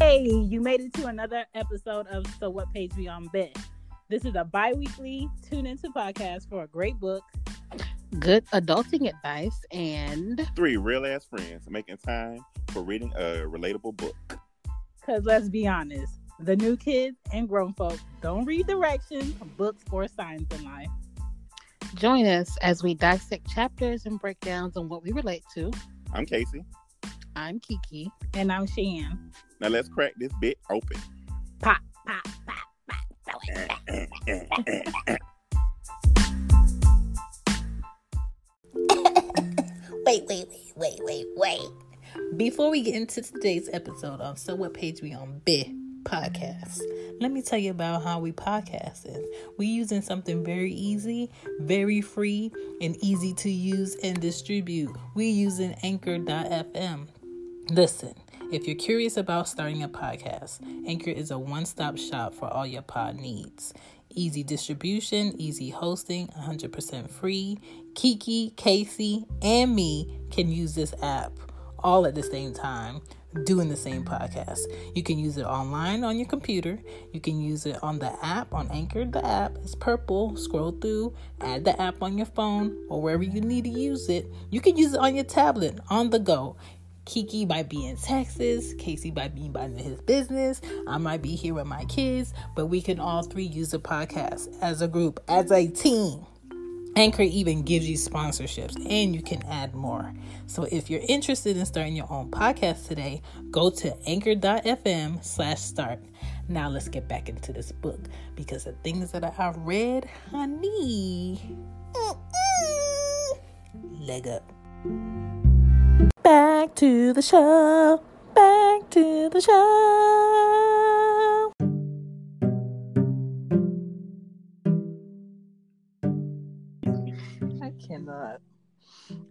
Hey, you made it to another episode of So What Page We On Bet. This is a bi-weekly tune into podcast for a great book. Good adulting advice and Three real ass friends making time for reading a relatable book. Cause let's be honest, the new kids and grown folk don't read directions, books, or signs in life. join us as we dissect chapters and breakdowns on what we relate to. I'm Casey. I'm Kiki. And I'm Shan. Now let's crack this bit open. Pop, pop, pop, throw it back. Wait, wait, wait, wait, wait, wait. Before we get into today's episode of So What Page We On B podcast, let me tell you about how we podcasting. We using something very easy, very free, and easy to use and distribute. We using anchor.fm. Listen, if you're curious about starting a podcast, Anchor is a one stop shop for all your pod needs. Easy distribution, easy hosting, 100% free. Kiki, Casey, and me can use this app all at the same time doing the same podcast. You can use it online on your computer. You can use it on the app, on Anchor. The app is purple. Scroll through, add the app on your phone or wherever you need to use it. You can use it on your tablet, on the go. Kiki might be in Texas, Casey might be minding his business, I might be here with my kids, but we can all three use the podcast as a group, as a team. Anchor even gives you sponsorships and you can add more. So if you're interested in starting your own podcast today, go to anchor.fm slash start. Now let's get back into this book because the things that I have read, honey, mm-mm, leg up. Back to the show. Back to the show. I cannot.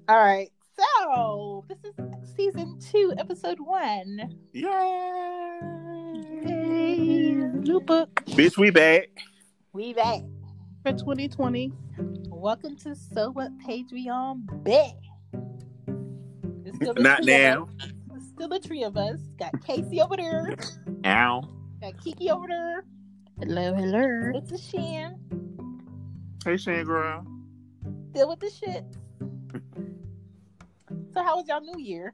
All right. So this is season two, episode one. Yay! Hey, new book Bitch, we back. We back For 2020. Welcome to So What Page We On Bet. It's still the Not three of now. us. It's Still the three of us. Got Casey over there. Ow. Got Kiki over there. Hello, hello. It's a Shan. Hey, Shane girl. Deal with the shit. So how was y'all New Year?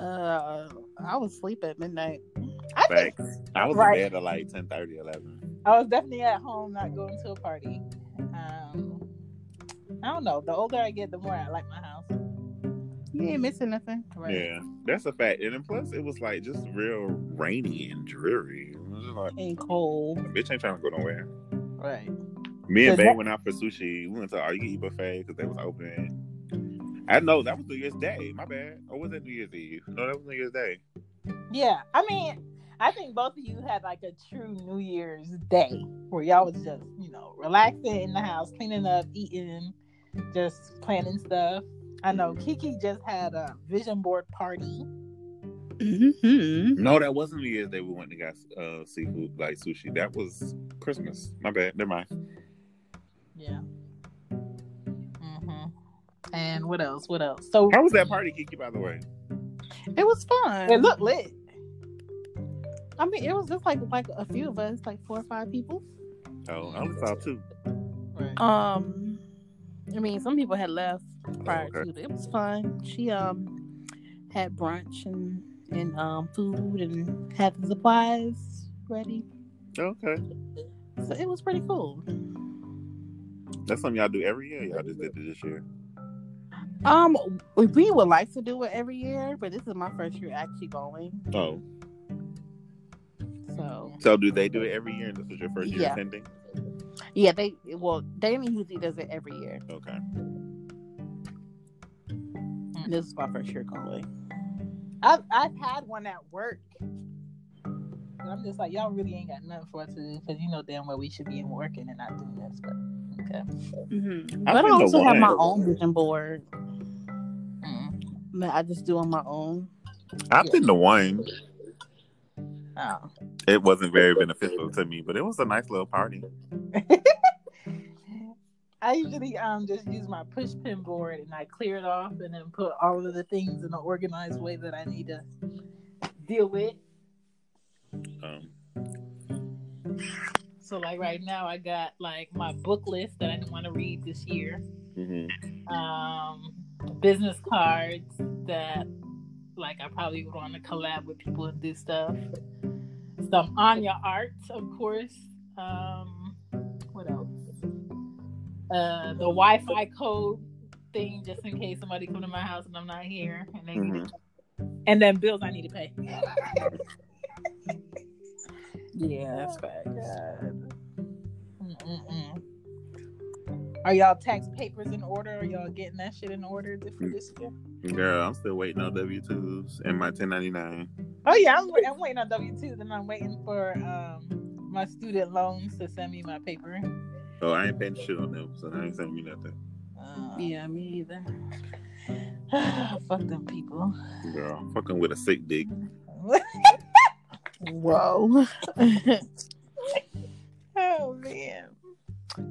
Uh, I was asleep at midnight. I think Thanks. I was Right. in bed at like 10 11. I was definitely at home, not going to a party. Um, I don't know. The older I get, the more I like my house. You ain't missing nothing. Yeah, that's a fact. And then plus, it was like just real rainy and dreary. It was just like, And cold. bitch ain't trying to go nowhere. Right. Me and Cause Bae that- went out for sushi. We went to All You Can Eat Buffet because they was open. I know that was New Year's Day. My bad. Or was that New Year's Eve? No, that was New Year's Day. Yeah. I mean, I think both of you had like a true New Year's day where y'all was just, you know, relaxing in the house, cleaning up, eating, just planning stuff. I know Kiki just had a vision board party. Mm-hmm. No, that wasn't New Year's Day. We went and got uh, seafood like sushi. That was Christmas. My bad. Never mind. Yeah. Mm-hmm. And what else? What else? So How was that party, Kiki? By the way, It was fun. it looked lit. I mean, it was just like like a few of us, like four or five people. oh, I was out too. Right. Um, I mean, some people had left prior Oh, okay. to, but it was fun. She um had brunch and and um food and had the supplies ready, Okay, so it was pretty cool. that's something y'all do every year. Y'all just did it this year. Um, we would like to do it every year, but this is my first year actually going, Oh, so. so do they do it every year? And this was your first year Yeah. attending? Yeah, they well, Damon usually does it every year. Okay. And this is my first year going. I've I've had one at work. And I'm just like, y'all really ain't got nothing for us to do because you know damn well we should be in working and not doing this. But okay. But I been to also have my one. own vision board. Mm. that I just do on my own. I've been to one. Oh. It wasn't very beneficial to me, but it was a nice little party. I usually um just use my push pin board and I clear it off and then put all of the things in an organized way that I need to deal with. Um, So like right now, I got like my book list that I want to read this year. mhm. Um, business cards that like I probably would want to collab with people and do stuff. Some Anya art, of course. Um, what else? Uh, the Wi-Fi code thing, just in case somebody come to my house and I'm not here, and they need Mhm. to and then bills I need to pay. Yeah, that's facts. Mm-mm-mm. Are y'all tax papers in order? Are y'all getting that shit in order th- for this year? Girl, I'm still waiting on W twos and my 1099. Oh yeah, I'm, wait- I'm waiting on W twos and I'm waiting for um my student loans to send me my paper. Oh, I ain't paying shit on them, so they ain't sending me nothing. Uh, Yeah, me either. fuck them people. Girl, fucking with a sick dick. Whoa. oh man.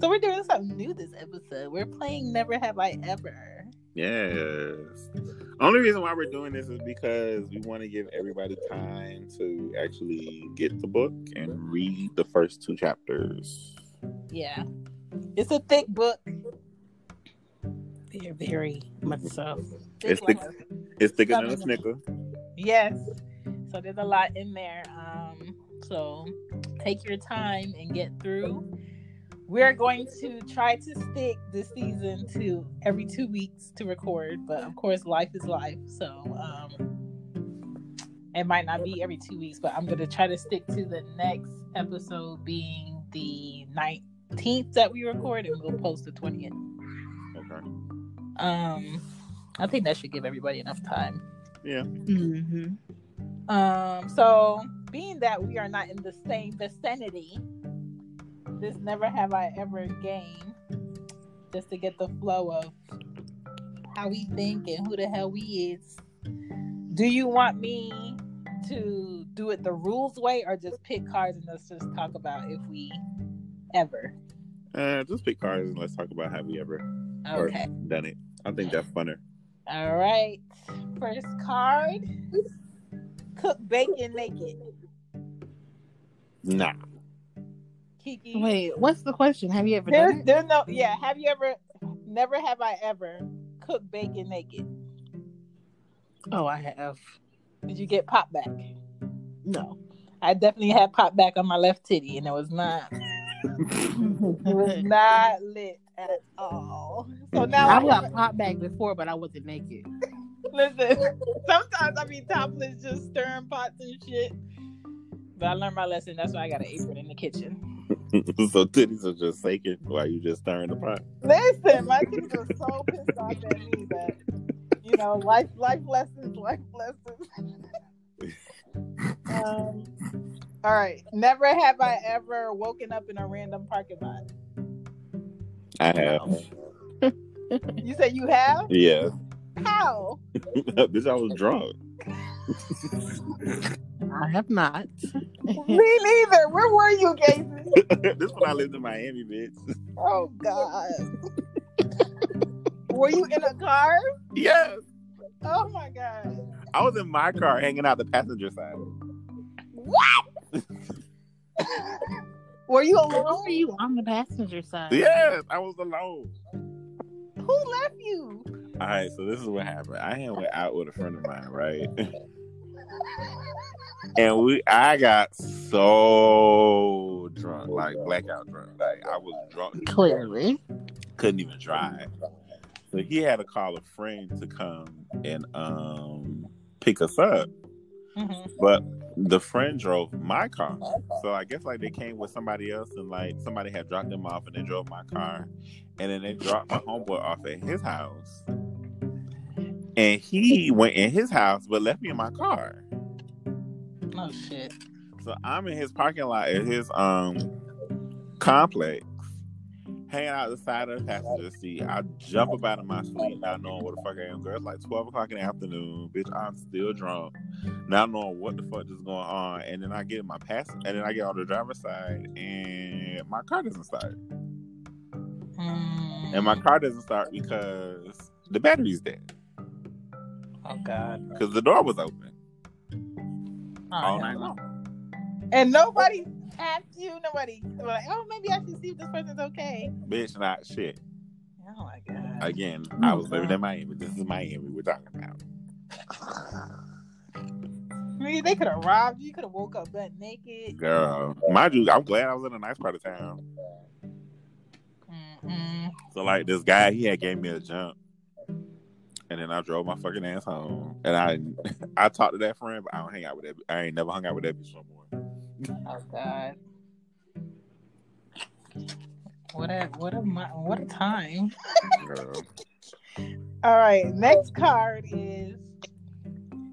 So we're doing something new this episode. We're playing Never Have I Ever. Yes. Only reason why we're doing this is because we want to give everybody time to actually get the book and read the first two chapters. Yeah, it's a thick book. They're very much so. It's thick, it's thicker than a snicker. Yes. So there's a lot in there. Um, so take your time and get through. We're going to try to stick this season to every two weeks to record, but of course, life is life. So um, it might not be every two weeks, but I'm going to try to stick to the next episode being the 19th that we record, and we'll post the 20th. Okay. Um, I think that should give everybody enough time. Mm-hmm. Um, so being that we are not in the same vicinity, this never have I ever game, just to get the flow of how we think and who the hell we is. Do you want me to do it the rules way or just pick cards and let's just talk about if we ever? Uh, just pick cards and let's talk about have we ever or Okay. done it. I think that's funner. All right. First card. Cook bacon naked. Nah. Kiki. Wait, what's the question? Have you ever There's, done it? there's no, yeah. Have you ever, never have I ever cooked bacon naked? Oh, I have. Did you get pop back? No. I definitely had pop back on my left titty, and it was not, it was not lit at all. So now I I got popped back before, but I wasn't naked. listen. Sometimes I be topless, just stirring pots and shit. But I learned my lesson. That's why I got an apron in the kitchen. so titties are just shaking while you just stirring the pot. Listen, my titties were so pissed off at me that you know, life, life lessons, life lessons. um, all right. Never have I ever woken up in a random parking lot. I have. You said you have? Yeah. How? Bitch, I was drunk. I have not. Me neither. Where were you, Casey? this when I lived in Miami, bitch. Oh God. were you in a car? Yes. Oh my God. I was in my car hanging out the passenger side. What? were you Why alone? are you on the passenger side? Yes, I was alone. Who left you? All right, so this is what happened. I had went out with a friend of mine, right? and we, I got so drunk, like blackout drunk. Like I was drunk, Clearly. couldn't even drive. So he had to call a friend to come and um pick us up. But the friend drove my car. So I guess like they came with somebody else and like somebody had dropped them off and they drove my car. And then they dropped my homeboy off at his house. And he went in his house but left me in my car. Oh shit. So I'm in his parking lot at his um complex, hanging out the side of the passenger seat. I jump up out of my sleep, not knowing what the fuck I am. Girl, it's like 12 o'clock in the afternoon. Bitch, I'm still drunk, not knowing what the fuck is going on. And then I get in my pass, and then I get on the driver's side, and my car doesn't start. Mm. And my car doesn't start because the battery's dead, oh God. Oh, because the door was open. all yeah. night long. And nobody tapped you. Nobody they were like, oh, maybe I should see if this person's okay. Bitch, not shit. Oh my god. Again, I was living in Miami. This is Miami we're talking about. Nigga, they could have robbed you. You could have woke up butt naked. Girl, mind you, I'm glad I was in a nice part of town. Mm-mm. So like this guy, he had gave me a jump, and then I drove my fucking ass home. And I, I talked to that friend, but I don't hang out with that. I ain't never hung out with that bitch no more. Oh god. What a what a mi- what a time. Girl. All right, next card is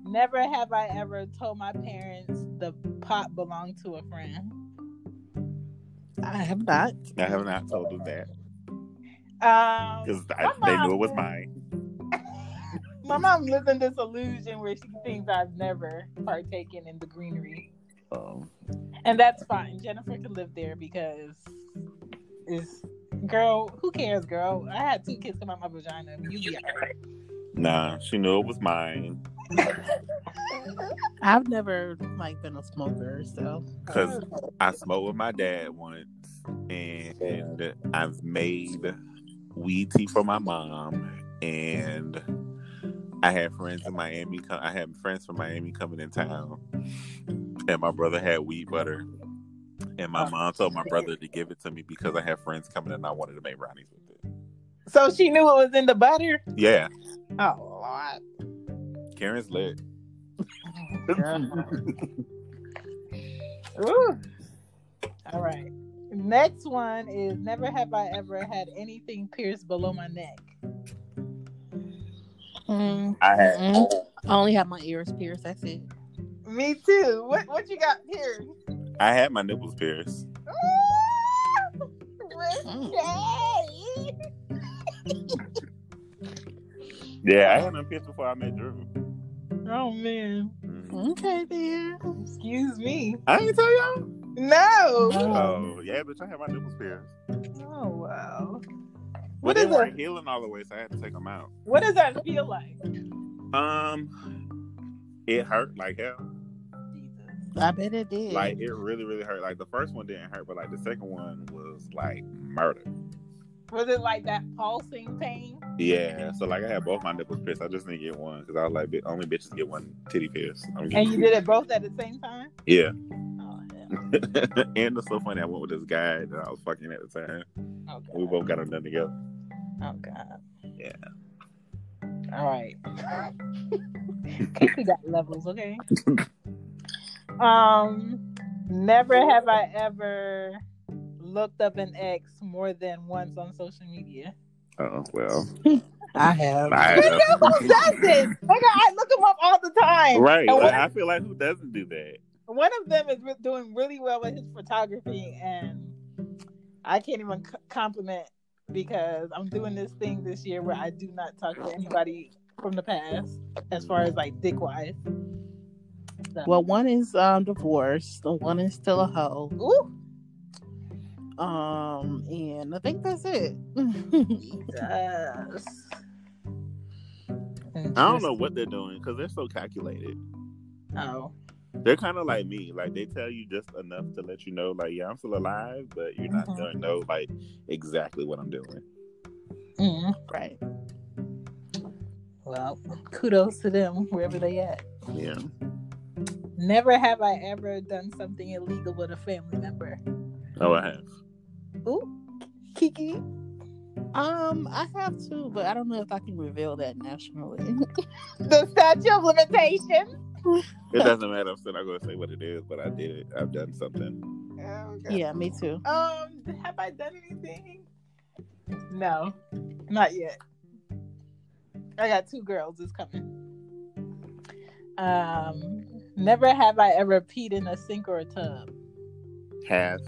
Never have I ever told my parents the pot belonged to a friend. I have not. I have not told them that Um, because they knew it was mine. my mom lives in this illusion where she thinks I've never partaken in the greenery. Um, And that's fine. Jennifer can live there because it's girl, who cares, girl? I had two kids in my mother's vagina. You be all right. nah, she knew it was mine. I've never like been a smoker, so Cause I smoked with my dad once, and I've made weed tea for my mom, and I had friends in Miami. co- I had friends from Miami coming in town, and my brother had weed butter, and my mom told my brother to give it to me because I had friends coming and I wanted to make brownies with it. So she knew it was in the butter. Yeah, Oh Lord. Karen's lit. Ooh. All right. Next one is never have I ever had anything pierced below my neck. mm, I had mm. I only have my ears pierced. That's it. Me too. What what you got here? I had my nipples pierced. Yeah, I had them pierced before I met Drew. Oh man. Mhm. Okay, then. Excuse me. I ain't tell y'all. No. Oh yeah, bitch, I had my nipples pierced. Oh wow. But What they is weren't that? healing all the way, so I had to take them out. What does that feel like? Um, it hurt like hell. I bet it did. Like it really, really hurt. Like the first one didn't hurt, but like the second one was like murder. Was it like that pulsing pain? Yeah. So like I had both my nipples pierced. I just didn't get one because I was like, bi- only bitches get one titty pierced. I'm And getting you did it both at the same time? yeah. Oh hell. and it's so funny. I went with this guy that I was fucking at the time. Oh god. We both got them done together. Oh god. Yeah. All right. Casey got levels, okay. um, never have I ever looked up an ex more than once on social media. Oh well. I have. I, Nigga, who does this? Nigga, I look them up all the time. right. And Like, one, I feel like who doesn't do that? one of them Mm. is re- doing really well with his photography, and I can't even c- compliment because I'm doing this thing this year where I do not talk to anybody from the past as far as like dick wise. So, Well, one is um divorced. The one is still a hoe. ooh, Um, and I think that's it. yes. I don't know what they're doing because they're so calculated. Oh, They're kind of like me. Like they tell you just enough to let you know, like, yeah, I'm still alive, but you're not Mhm. gonna know like exactly what I'm doing. Mm. right. well, kudos to them wherever they at. Yeah. Never have I ever done something illegal with a family member. Oh, I have. Ooh, Kiki. Um, I have two, but I don't know if I can reveal that nationally. The statute of limitation. It doesn't matter. I'm still not gonna say what it is, but I did it. I've done something. yeah, me too. Um, have I done anything? No, not yet. I got two girls. It's coming. Um, never have I ever peed in a sink or a tub. Have.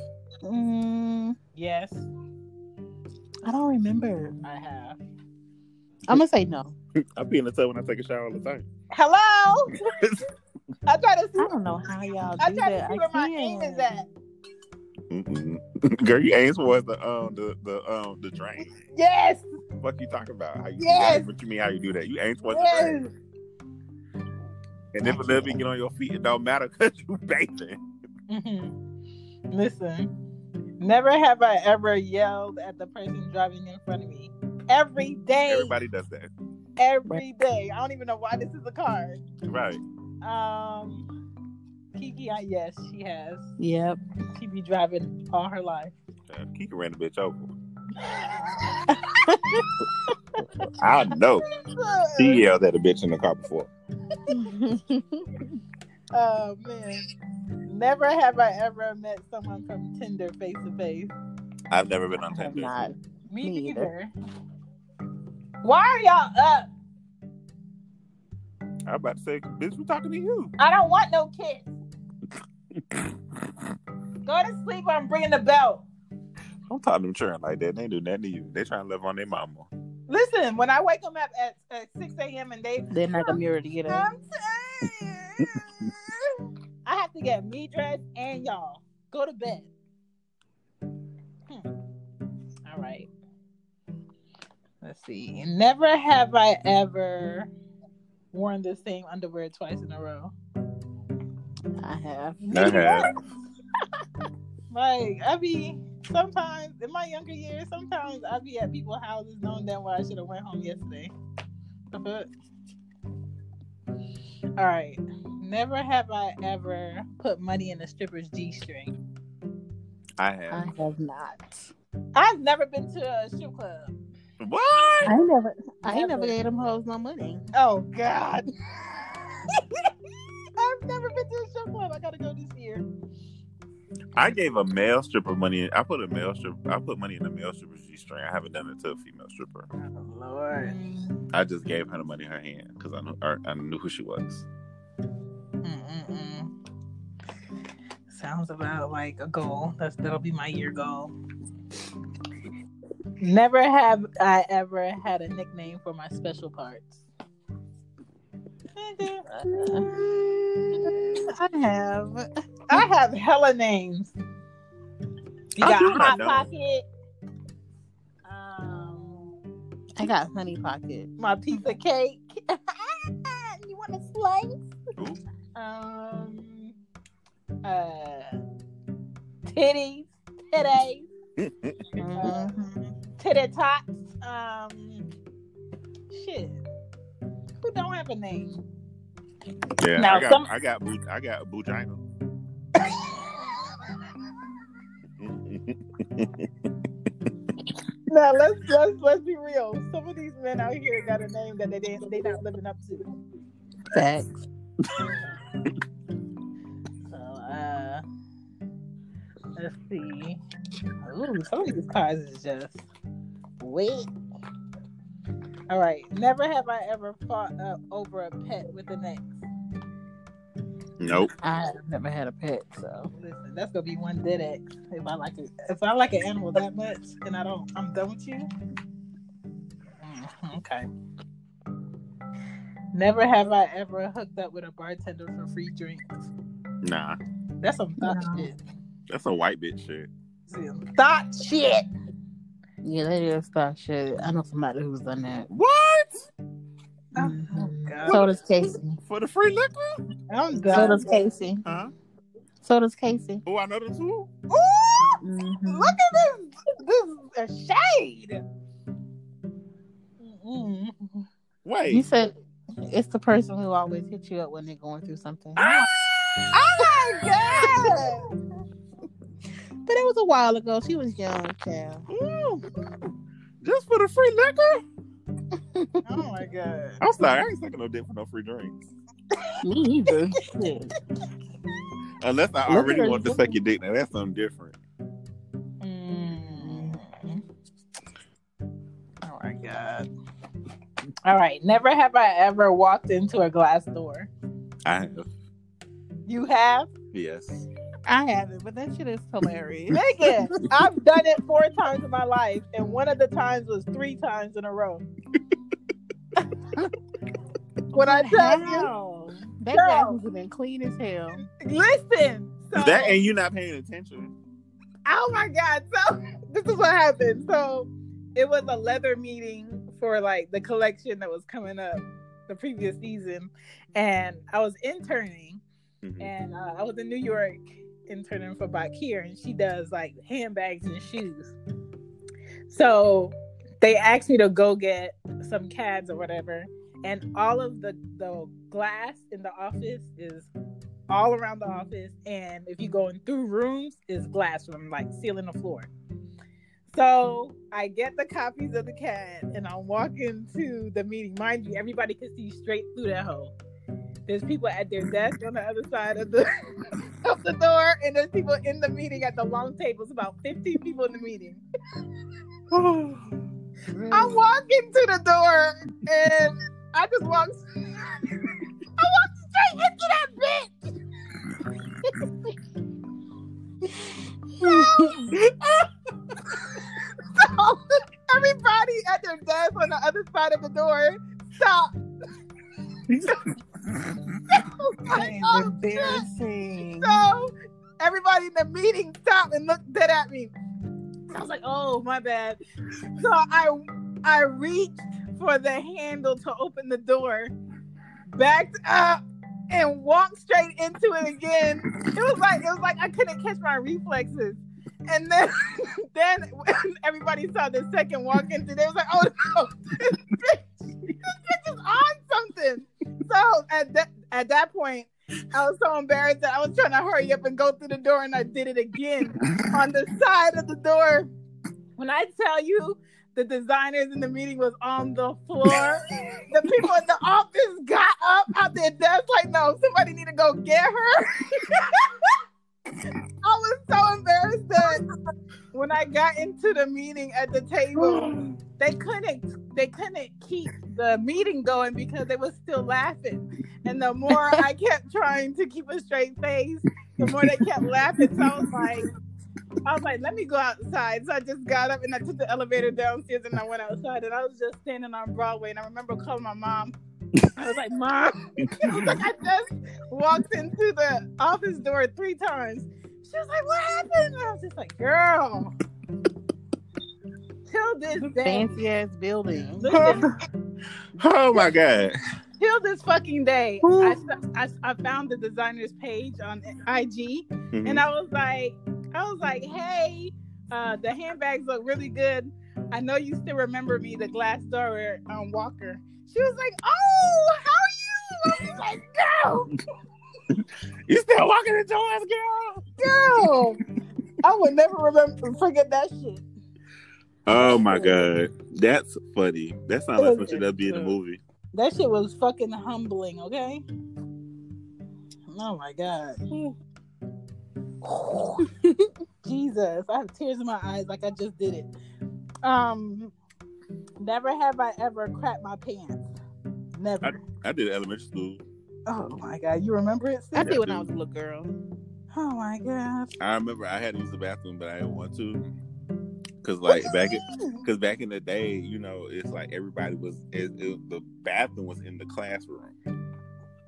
Mm, Yes, I don't remember. I have. I'm gonna say no. I pee in the tub when I take a shower all the time. Hello. I try to see. I don't know how y'all I do try to that. see I where my aim can't. is at. Mm-mm. Mm-hmm. Girl, you aim towards the um the the um the drain. Yes. What you talking about? How you do Yes. that? What you mean? How you do that? You aim towards the Yes. drain. And if a little bit get on your feet, it don't matter because you bathing. Mhm. Listen, never have I ever yelled at the person driving in front of me. Every day, Everybody does that. every day. I don't even know why this is a card. Right. Um, Kiki, I, yes, she has. Yep. She be driving all her life. Uh, Kiki ran the bitch over. I know. She yelled at a bitch in the car before. Oh man. Never have I ever met someone from Tinder face to face. I've never been on Tinder. not. Me Me neither. Why are y'all up? I'm about to say, bitch, we talking to you. I don't want no kids. Go to sleep. or I'm bringing the belt. Don't talk to them children like that. They ain't do nothing to you. They trying to live on their mama. Listen, when I wake them up at, at 6 a.m. and they, They're not gonna be ready to get up. I'm tired. I have to get me dressed and y'all go to bed. Hmm. All right. Let's see. Never have I ever worn the same underwear twice in a row. I have. Okay. Like I be sometimes in my younger years, sometimes I be at people's houses knowing that why I should have went home yesterday. The fuck? All right. Never have I ever put money in a stripper's G string. I I have. have not. I've never been to a strip club. What? I ain't never. I ain't never Never. gave them hoes no money. Oh God. I've never been to a strip club. I gotta go this year. I gave a male stripper money. In, I put a male stripper. I put money in a male stripper's g string. I haven't done it to a female stripper. Lord. I just gave her the money in her hand because I knew or I knew who she was. Mm-mm-mm. Sounds about like a goal. That's that'll be my year goal. Never have I ever had a nickname for my special parts. I have. I have hella names. You I got do not hot know. pocket. Um, I got honey pocket. my piece of cake. you want a slice? Ooh. Um, uh, titties, titties. Mhm. titty tots. Um, shit. Who don't have a name? Yeah. Now, I got. some- I got. Bu- I got Bugina. No, let's let's let's be real. Some of these men out here got a name that they didn't, they not living up to. Facts. So, uh, let's see. Ooh, some of these cards is just wait. All right. Never have I ever fought uh, over a pet with an ex. nope. I have never had a pet, so So listen, that's gonna be one dead ex. If I like it, if I like an animal that much, and I don't, I'm done with you. Mm, Okay. Never have I ever hooked up with a bartender for free drinks. Nah. That's some Oh, thought shit. That's a white bitch shit. Some thought shit. yeah, that is that shit. I know somebody who's done that. What? Mhm. God. So does Casey. For the free liquor? Mm-hmm. I'm So done. does Casey. Huh? So does Casey. Oh, I know the two. Ooh, Mhm. look at this. This is a shade. Mm-mm. You Wait. said it's the person who always hits you up when they're going through something. Ah! Oh my god. But it was a while ago. She was young, child. Just for the free liquor? Oh my god. I'm sorry. I ain't sucking no dick for no free drinks. Me either. Shit. Unless I at already her. want to suck your dick. Now that's something different. Mm. Oh my god. All right. Never have I ever walked into a glass door. I have. You have? Yes. I haven't, but that shit is hilarious. Nigga, I've done it four times in my life, and one of the times was three times in a row. when I tell you, How? That Girl. glass was been clean as hell. listen. So, That and you not paying attention. oh my god. So this is what happened. So it was a leather meeting for like the collection that was coming up. the previous season, and I was interning, Mhm. and uh, I was in New York interning for Bakir, and she does like handbags and shoes. So they asked me to go get some cads or whatever, and all of the the glass in the office is all around the office, and if you go in through rooms, is glass from like ceiling to floor. So I get the copies of the CAD and I'm walking to the meeting. Mind you, everybody can see straight through that hole. There's people at their desk on the other side of the of the door, and there's people in the meeting at the long tables, about 15 people in the meeting. Oh, I'm walking to the door and I just walked I walked straight into that bitch. so everybody at their desk on the other side of the door stopped. That is Oh, shit. embarrassing. So everybody in the meeting stopped and looked dead at me. I was like, "Oh, my bad." So I I reached for the handle to open the door, backed up, and walked straight into it again. It was like it was like I couldn't catch my reflexes. And then then when everybody saw the second walk into, they was like, "Oh no, this bitch, this bitch is on something." So at that at that point. I was so embarrassed that I was trying to hurry up and go through the door, and I did it again on the side of the door. When I tell you the designers in the meeting was on the floor, the people in the office got up out their desk like, no, somebody need to go get her. I was so embarrassed that when I got into the meeting at the table, they couldn't they couldn't keep the meeting going because they was still laughing. And the more I kept trying to keep a straight face, the more they kept laughing. So I was like, I was like, let me go outside. So I just got up and I took the elevator downstairs and I went outside and I was just standing on Broadway and I remember calling my mom. I was like, Mom, I, was like, I just walked into the office door three times. She was like, What happened? And I was just like, Girl. Till this day, Fancy ass building. listen, oh my god. till this fucking day, Ooh. I, I, I found the designer's page on IG Mhm. and I was like, I was like, hey, uh, the handbags look really good. I know you still remember me, the glass door um, walker. She was like, oh, how are you? I was like, girl, you still walking in Joanne's girl. girl. I would never remember forget that shit. Oh my god. That's funny. That sounds like something that'd be in the movie. That shit was fucking humbling. Okay. Oh my god. Jesus, I have tears in my eyes like I just did it. Um, never have I ever crapped my pants. Never. I did elementary school. Oh my god, you remember it? I Sid? did when I was a little girl. Oh my god. I remember I had to use the bathroom, but I didn't want to. Cause like back in, cause back in the day, you know, it's like everybody was it, it, the bathroom was in the classroom.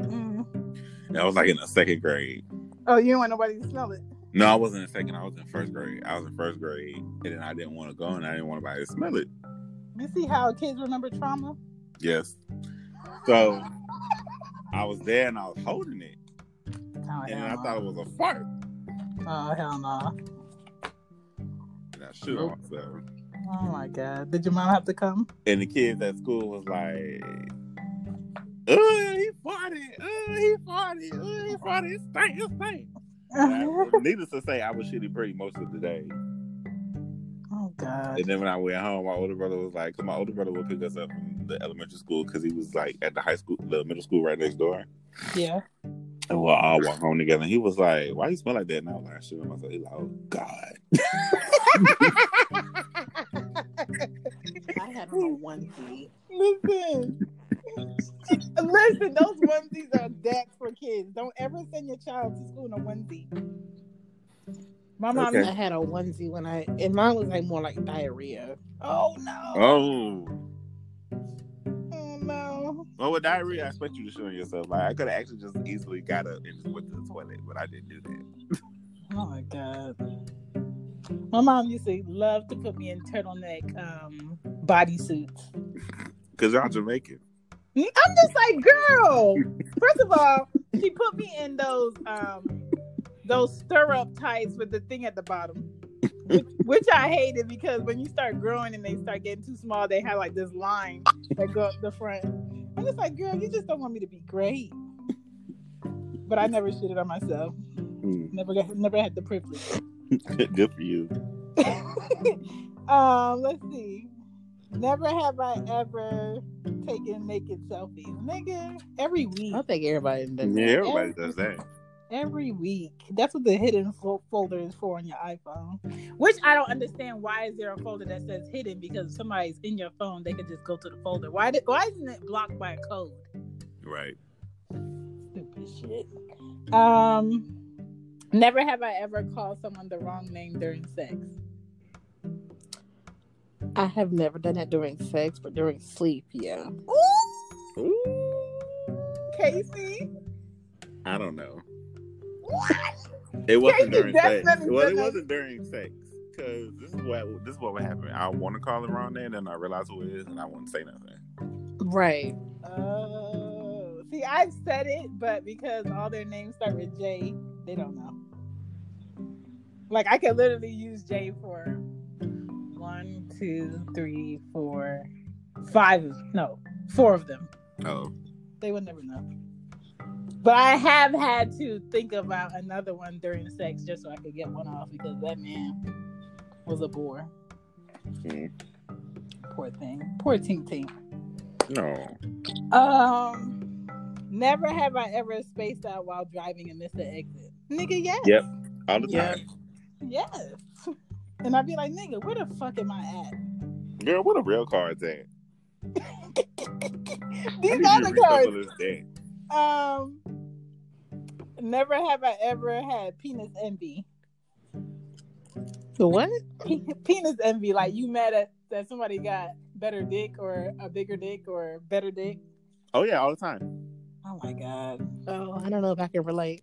Mm. And I was like in the second grade. Oh, you didn't want nobody to smell it. No, I wasn't in second. I was in first grade. I was in first grade, and then I didn't want to go, and I didn't want anybody to smell it. You see how kids remember trauma? Yes. So I was there, and I was holding it, Oh and I hell, thought it was a fart, no. oh hell no! and I shoot on myself. Oh my god! Did your mom have to come? And the kids at school was like, "Uh, he farted. Uh, he farted. Uh, he farted. It stank. It stank." And I- Needless to say, I was shitty pretty most of the day. Oh god. And then when I went home, my older brother was like, 'cause my older brother would pick us up from the elementary school because he was like at the high school, the middle school right next door. Yeah. And we'll all walk home together. And he was like, Why you smell like that? And I was like, shit on myself. He's like, Oh God. I had on a onesie. Listen. Listen, those onesies are decked for kids. Don't ever send your child to school in a onesie. My mom, Okay. I had a onesie when I and mine was like more like diarrhea. oh no, Oh. oh no. Well with diarrhea, I expect you to shit on yourself. Like I could have actually just easily got up and just went to the toilet, but I didn't do that. Oh my god. My mom used to love to put me in turtleneck um bodysuits. Cause y'all Jamaican. I'm just like, girl. First of all, she put me in those um those stirrup tights with the thing at the bottom, which, which I hated because when you start growing and they start getting too small, they have like this line that go up the front. I'm just like, girl, you just don't want me to be great. But I never shitted on myself. Mm. Never got, never had the privilege. Good for you. um, let's see. Never have I ever taken naked selfies, nigga. Every week, I think everybody does. Yeah, everybody does that. every week. That's what the hidden fo- folder is for on your iPhone. Which I don't understand. Why is there a folder that says hidden? Because if somebody's in your phone, they could just go to the folder. Why? Did, why isn't it blocked by a code? Right. Stupid shit. Um, never have I ever called someone the wrong name during sex. I have never done that during sex, but during sleep, yeah. Casey, I don't know. It Casey wasn't during sex. definitely Well, it didn't. wasn't during sex because this is what this is what would happen. I want to call it wrong name, and I realize who it is, and I wouldn't say nothing. Right. Oh, see, I've said it, but because all their names start with J, they don't know. Like I could literally use J for one, two, three, four, five. of- No, four of them. Oh, They would never know. But I have had to think about another one during sex just so I could get one off because that man was a bore. Mm. Poor thing. Poor Ting Ting. no. Um, never have I ever spaced out while driving and missed the exit. Nigga, yes. Yep. All the Yeah. time. Yes. And I'd be like, nigga, where the fuck am I at? Girl, what a real car is that? I These need you to other cards. recycle this day. Um, never have I ever had penis envy. What? Pe- penis envy, like you mad at that somebody got better dick or a bigger dick or better dick. Oh yeah, all the time. Oh my god. Oh, I don't know if I can relate.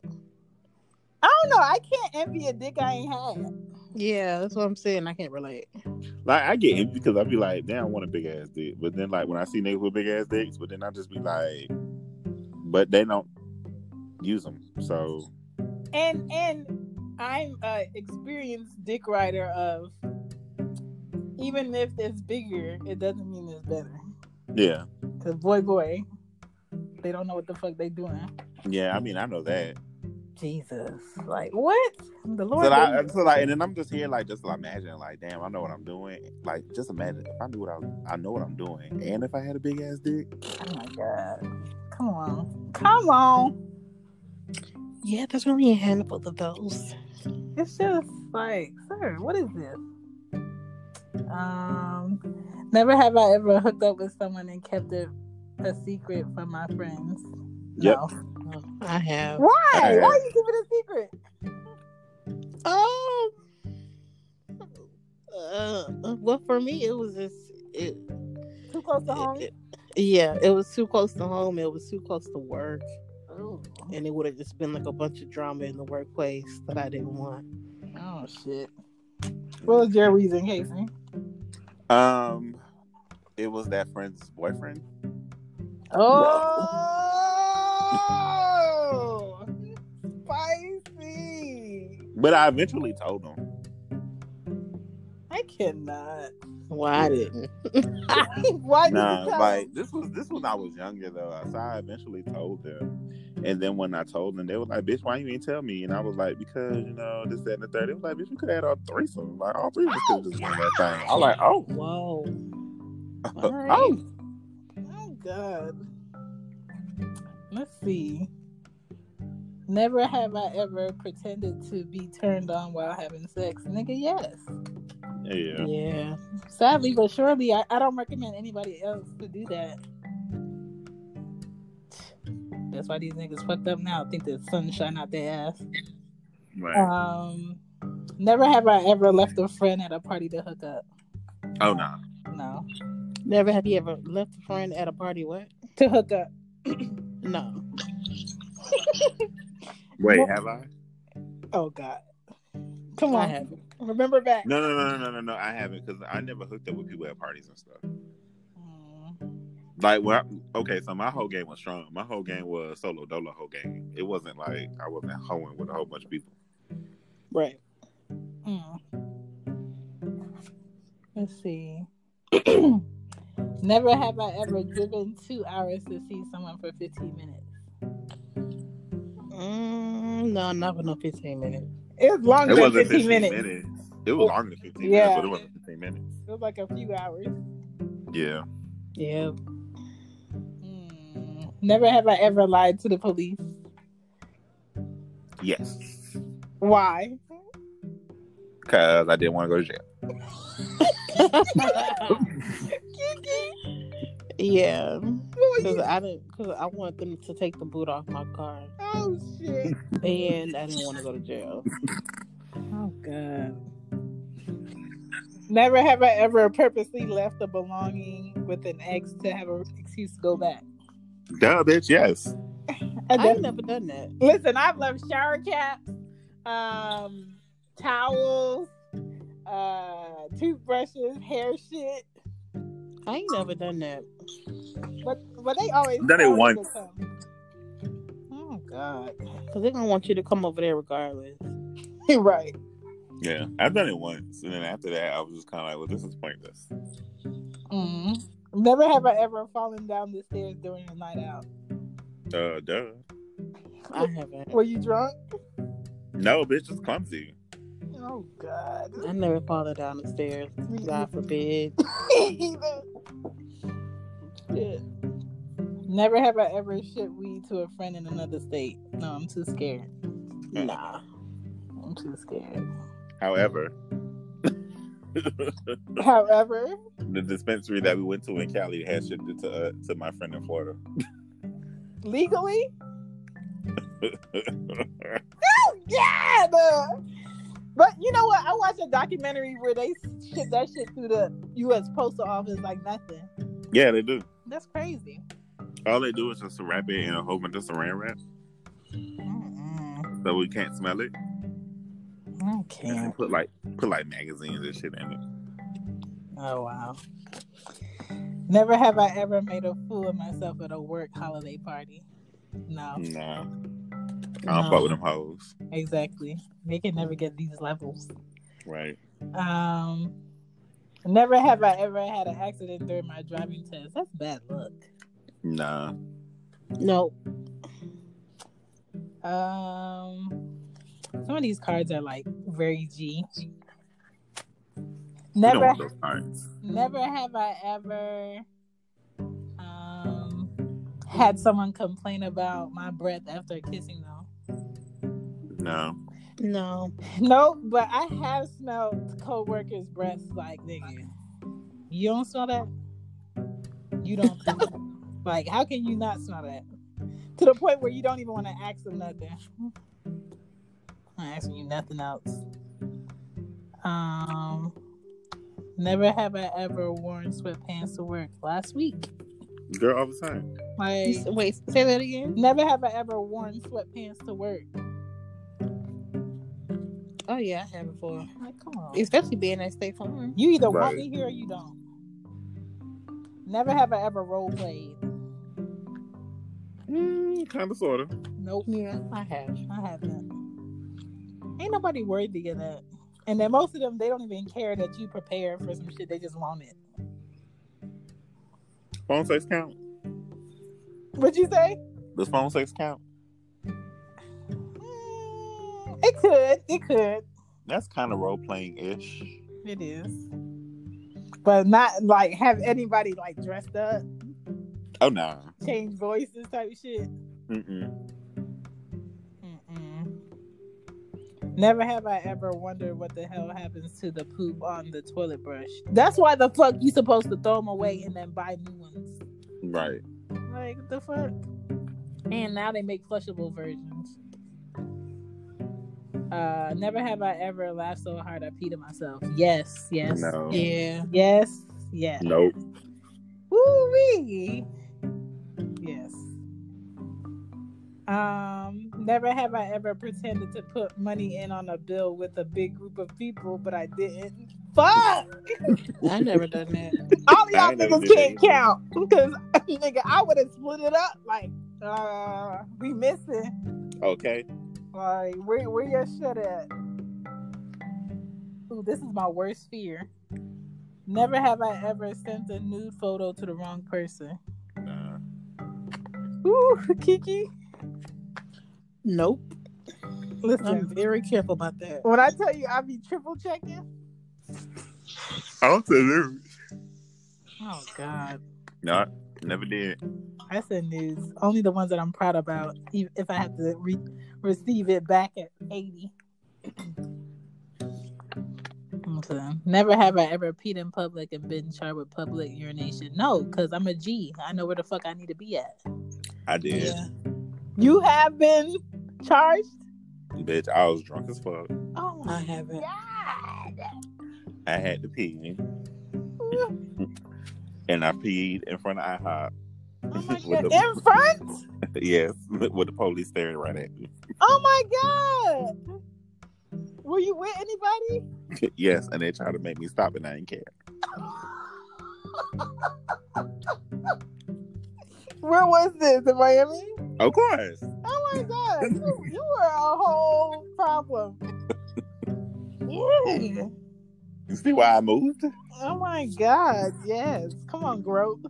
I don't know. I can't envy a dick I ain't had. Yeah, that's what I'm saying. I can't relate. Like I get envy because I'd be like, damn, I want a big ass dick. But then like when I see niggas with big ass dicks, but then I just be like, but they don't use them. So And and I'm a experienced dick rider of even if it's bigger, it doesn't mean it's better. yeah, Cause boy boy, they don't know what the fuck they doing. yeah. I mean, I know that. Jesus. Like what? The Lord So I, didn't- so like, and then I'm just here, like, just like, imagine, like, damn, I know what I'm doing. Like, just imagine if I knew what I, was, I know what I'm doing, and if I had a big ass dick, Oh my god. Come on. Come on. Yeah, there's only a handful of those. It's just like, sir, what is this? Um never have I ever hooked up with someone and kept it a secret from my friends. Yep. No. Oh, I have. Why? Alright. Why you keep it a secret? Oh. Uh, well, for me, it was just it, Too close to home. it- Yeah, it was too close to home. It was too close to work, Oh, and it would have just been like a bunch of drama in the workplace that I didn't want. oh shit. What was your reason, Casey? um, it was that friend's boyfriend. Oh, spicy! But I eventually told him. I cannot. Why I didn't? Why did Nah, you tell like this was this was when I was younger though. So I eventually told them, and then when I told them, they were like, "Bitch, why you ain't tell me?" And I was like, "Because you know this, that, and the third. It was like, "Bitch, we could have had a threesome. Like all three of us could have just done that thing." I'm like, "Oh, Whoa. oh, Oh God. Let's see. Never have I ever pretended to be turned on while having sex, nigga. Yes. yeah." Yeah. Sadly, but surely, I, I don't recommend anybody else to do that. That's why these niggas fucked up now. Think the sun shine out their ass. Right. Um, never have I ever left a friend at a party to hook up. Oh no. No, Never have you ever left a friend at a party? What? to hook up. No. Wait, have I? Oh God, come I on, haven't. remember back. No, no, no, no, no, no, no. I haven't because I never hooked up with people at parties and stuff. Mm. Like when I, okay, so my whole game was strong. My whole game was solo dolo whole game. It wasn't like I wasn't hoeing with a whole bunch of people. Right. Mm. Let's see. Never have I ever driven two hours to see someone for 15 minutes. Mm, no, not for no 15 minutes. It was longer It than wasn't 15, 15 minutes. minutes. It was longer than 15 Yeah. minutes, but it wasn't 15 minutes. It was like a few hours. Yeah. Yeah. Mm. Never have I ever lied to the police. Yes. Why? Because I didn't want to go to jail. yeah. Boy, Because you- I didn't. Because I want them to take the boot off my car, Oh shit. and I didn't want to go to jail. Oh god. Never have I ever purposely left a belonging with an ex to have an excuse to go back. Duh, bitch, yes. I I've def- never done that. listen, I've left shower caps, um, towels, uh, toothbrushes, hair shit. I ain't never done that. But but they always Done it tell you to once. come. Oh God! Because they're gonna want you to come over there regardless. You're right. Yeah. I've done it once. And then after that, I was just kind of like, well, this is pointless. Mm. Never have I ever fallen down the stairs during a night out. Uh, duh. I haven't. Were you drunk? No, bitch, it's clumsy. Oh God! I never fallen down the stairs. God forbid. Shit. Never have I ever shipped weed to a friend in another state. No, I'm too scared. Nah. I'm too scared. However, However, the dispensary that we went to in Cali had shipped it to uh, to my friend in Florida. legally, yeah. the- Oh, But you know what? I watched a documentary where they ship that shit through the U.S. Postal Office like nothing. yeah, they do. That's crazy. All they do is just wrap it in a whole bunch of saran wrap so we can't smell it. And Okay. then put like put like magazines and shit in it. Oh wow. Never have I ever made a fool of myself at a work holiday party. No. Nah, I No. don't fuck with them hoes. Exactly. They can never get these levels. Right. Um, never have I ever had an accident during my driving test. That's bad luck. Nah. No. Um, some of these cards are like very G. We don't Never, want those cards. never have I ever um had someone complain about my breath after kissing them. No. No. No, but I have smelled coworkers' breaths like nigga. You don't smell that? You don't smell that. Like, how can you not smell that? To the point where you don't even want to ask them nothing. I'm not asking you nothing else. Um Never have I ever worn sweatpants to work last week. Girl, all the time. Like You- Wait. Say that again. never have I ever worn sweatpants to work. Oh yeah, I have before. Like, come on. Especially being at State Farm. You either want Right. me here or you don't. Never have I ever role played. Mm, kind of, sort of. Nope, Yeah, I have. I haven't. Ain't nobody worthy of that. And then most of them, they don't even care that you prepare for some shit. They just want it. Phone sex count. What'd you say? Does phone sex count? Mm, it could. It could. That's kind of role playing ish. It is. But not like have anybody like dressed up, Oh nah. change voices type shit. Mm-mm. Mm-mm. Never have I ever wondered what the hell happens to the poop on the toilet brush. That's why the fuck you supposed to throw them away and then buy new ones. Right. Like the fuck. And now they make flushable versions. Uh, never have I ever laughed so hard I peed on myself. Yes, yes, No. Yeah. yes, yes. Nope. Woo wee. Yes. Um, never have I ever pretended to put money in on a bill with a big group of people, but I didn't. Fuck! I never done that. I All of I y'all ain't never niggas did that can't either. count because nigga, I would have split it up. Like, uh, we missing. Okay. Like, where where your shit at? Ooh, this is my worst fear. Never have I ever sent a nude photo to the wrong person. Nah. Ooh, Kiki. Nope. I'm Listen, very careful about that. when I tell you I be triple checking. I don't say nude. Oh God. No, never did. I send nudes. Only the ones that I'm proud about. e- If I have to re- receive it back at 80. Okay. Never have I ever peed in public and been charged with public urination. No, because I'm a G. I know where the fuck I need to be at. I did. You have been charged? Bitch, I was drunk as fuck. Oh I my haven't. god. I had to pee. And I peed in front of IHOP. Oh my With god. the- In front? Yes, with the police staring right at me. Oh my god. Were you with anybody? yes, and they tried to make me stop, and I didn't care. Where was this? In Miami? Of course. Oh my god, you, you were a whole problem. Yeah. You see why I moved? Oh my god, yes. Come on, Grope.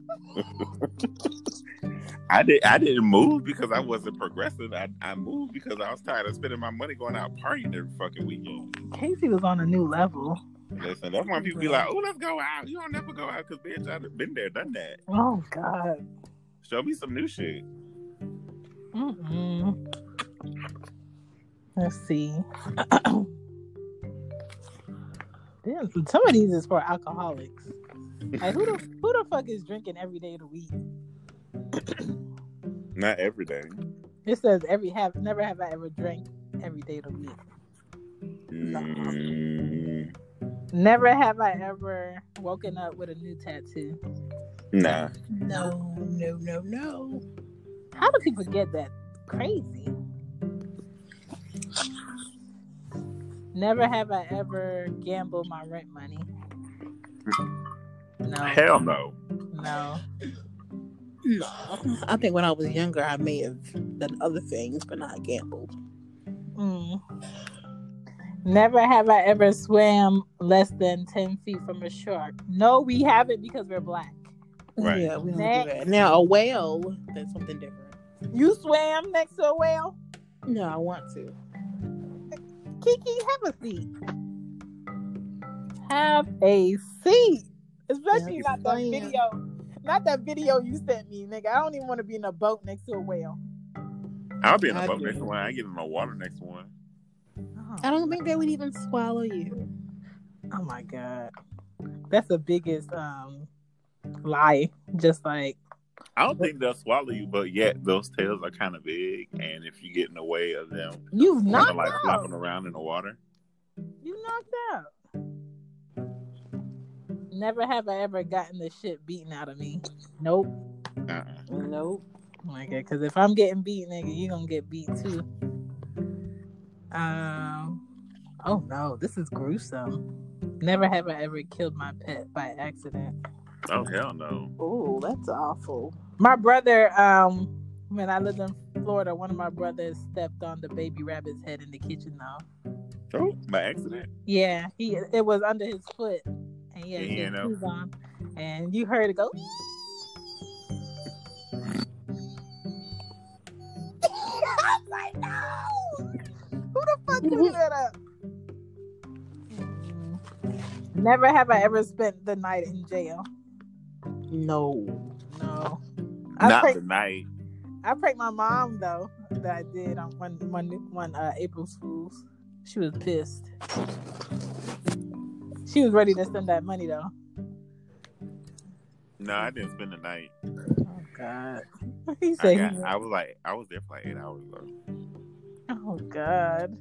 I did. I didn't move because I wasn't progressing. I, I moved because I was tired of spending my money going out partying every fucking weekend. Casey was on a new level. Listen, that's why people be like, "Oh, let's go out." You don't never go out because bitch, I've been there, done that. Oh god. Show me some new shit. Mm-mm. Let's see. Damn, some of these is for alcoholics. Like who the who the fuck is drinking every day of the week? Not every day. It says every have never have I ever drank every day of the week. Mm, Never have I ever woken up with a new tattoo. nah. No, no, no, no. How do people get that crazy? Never have I ever gambled my rent money. No, Hell no. no. No. I think when I was younger, I may have done other things, but not gambled. Mm. Never have I ever swam less than 10 feet from a shark. No, we haven't because we're black. Right. Yeah, we don't Next. do that. Now, a whale, that's something different. You swam next to a whale? No, I want to. Kiki, have a seat. Have a seat. Especially Yeah, not that fine. video. Not that video you sent me, nigga. I don't even want to be in a boat next to a whale. I'll be in a I boat do. next one. I get in the water next one. I don't think they would even swallow you. Oh my god. That's the biggest um lie. Just like I don't think they'll swallow you, but yet those tails are kind of big, and if you get in the way of them, you've kind of knocked like out. flopping around in the water. You knocked out. Never have I ever gotten the shit beaten out of me. Nope. Uh-uh. Nope. my god, because if I'm getting beat, nigga, you gonna get beat too. Um, oh no, this is gruesome. Never have I ever killed my pet by accident. Oh hell no. Oh, that's awful. My brother, um, when I lived in Florida, one of my brothers stepped on the baby rabbit's head in the kitchen though. Oh, by accident. Yeah, he it was under his foot, and he had Mm-hmm. Yeah, his I know. shoes on, and you heard it go. I was like, no, who the fuck Mm-hmm. threw that up? Mm-hmm. Never have I ever spent the night in jail. No. No, I Not pranked the night. I pranked my mom though that I did on one one one uh, April Fools. She was pissed. She was ready to send that money though. No, I didn't spend the night. Oh God. He I, said, got, he- I was like, I was there for like eight hours though. "Oh God."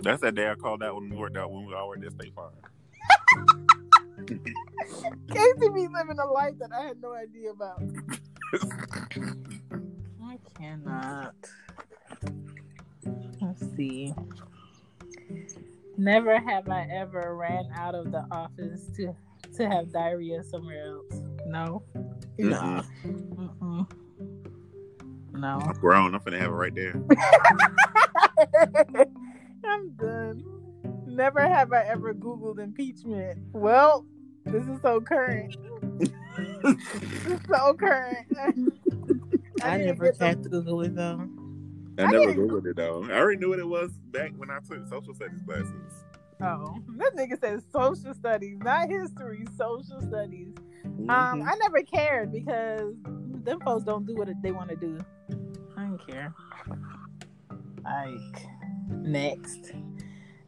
That's that day I called out when we worked out when we all worked at State Farm. Casey be living a life that I had no idea about. I cannot. Let's see. Never have I ever ran out of the office to to have diarrhea somewhere else. No. No. Mm-mm. No. I'm grown. I'm finna have it right there. I'm done. Never have I ever Googled impeachment. Well, this is so current. this is so current. I, didn't never get the- had to Google it though. I I never didn't- Googled it though. I already knew what it was back when I took social studies classes. Oh, that nigga says social studies, not history, social studies. Um, Mhm. I never cared because them folks don't do what they want to do. I don't care. Like next,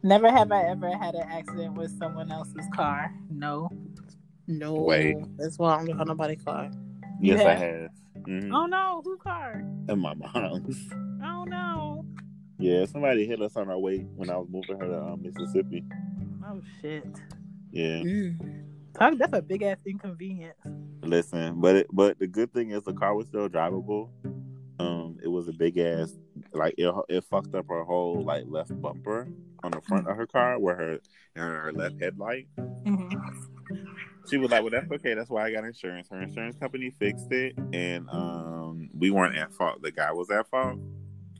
never have I ever had an accident with someone else's car. No. No Wait. That's why I don't got nobody's car. yes, I yeah. have. Mhm. Oh no, who car? And my mom's. Oh no. Yeah, somebody hit us on our way when I was moving her to um, Mississippi. Oh shit. Yeah, Mm. Talk- That's a big ass inconvenience. listen, but it, but the good thing is the car was still drivable. Um, it was a big ass like it, it fucked up her whole like left bumper on the front of her car where her and her left headlight. Mm-hmm. She was like, "Well, that's okay. That's why I got insurance. Her insurance company fixed it, and um, we weren't at fault. The guy was at fault.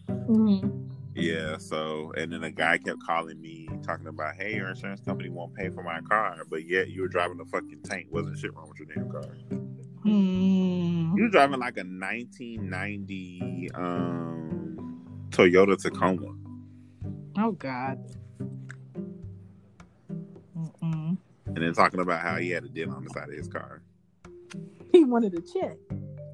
Mm-hmm. Yeah. So, and then the guy kept calling me, talking about, "Hey, your insurance company won't pay for my car, but yet you were driving the fucking tank. Wasn't shit wrong with your damn car? Hmm. You were driving like a 1990 um Toyota Tacoma. Oh God. Mm-mm. And then talking about how he had a dent on the side of his car. He wanted a check.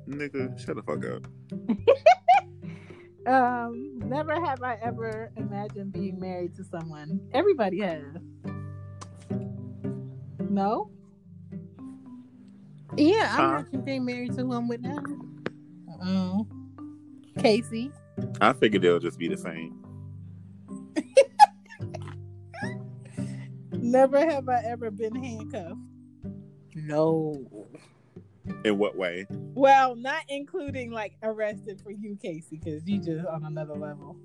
Nigga, shut the fuck up. Um, never have I ever imagined being married to someone. Everybody has. No? Yeah, I'm Huh? actually being married to who I'm with now. Mm-mm. Casey. I figured they'll just be the same. Never have I ever been handcuffed. No. In what way? Well, not including like arrested for you, Casey, because you just on another level.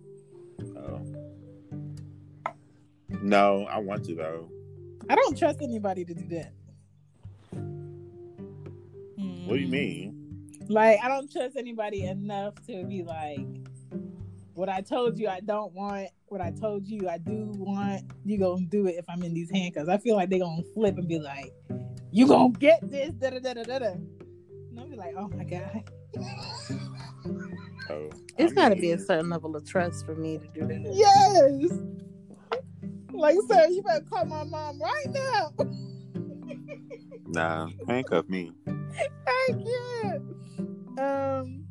Oh. No, I want to though. I don't trust anybody to do that. What Mm. do you mean? Like, I don't trust anybody enough to be like, what I told you I don't want, what I told you I do want, you gonna do it if I'm in these handcuffs. I feel like they gonna flip and be like, you gonna get this, da da da da da da. And I'll be like, oh my God. Oh, It's I got to mean, be a certain level of trust for me to do that. Yes! Like, sir, you better call my mom right now. Nah, handcuff me. Heck yeah. Um,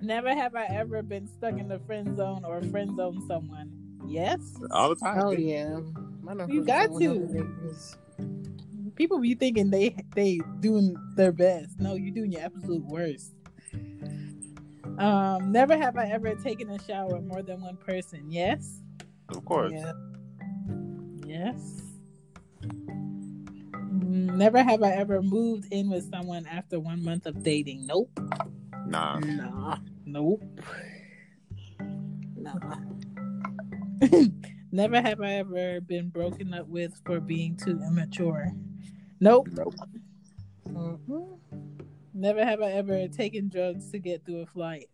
never have I ever been stuck in the friend zone or friend zone someone. Yes. All the time. Oh bitch. yeah, My You knuckles got don't help to. me. People be thinking they they doing their best. No, you're doing your absolute worst. Um, never have I ever taken a shower with more than one person. Yes. Of course. Yeah. Yes. Mm, Never have I ever moved in with someone after one month of dating. Nope. Nah. Nah, Nope. nah. Never have I ever been broken up with for being too immature. Nope. Nope. Mm-hmm. Never have I ever taken drugs to get through a flight.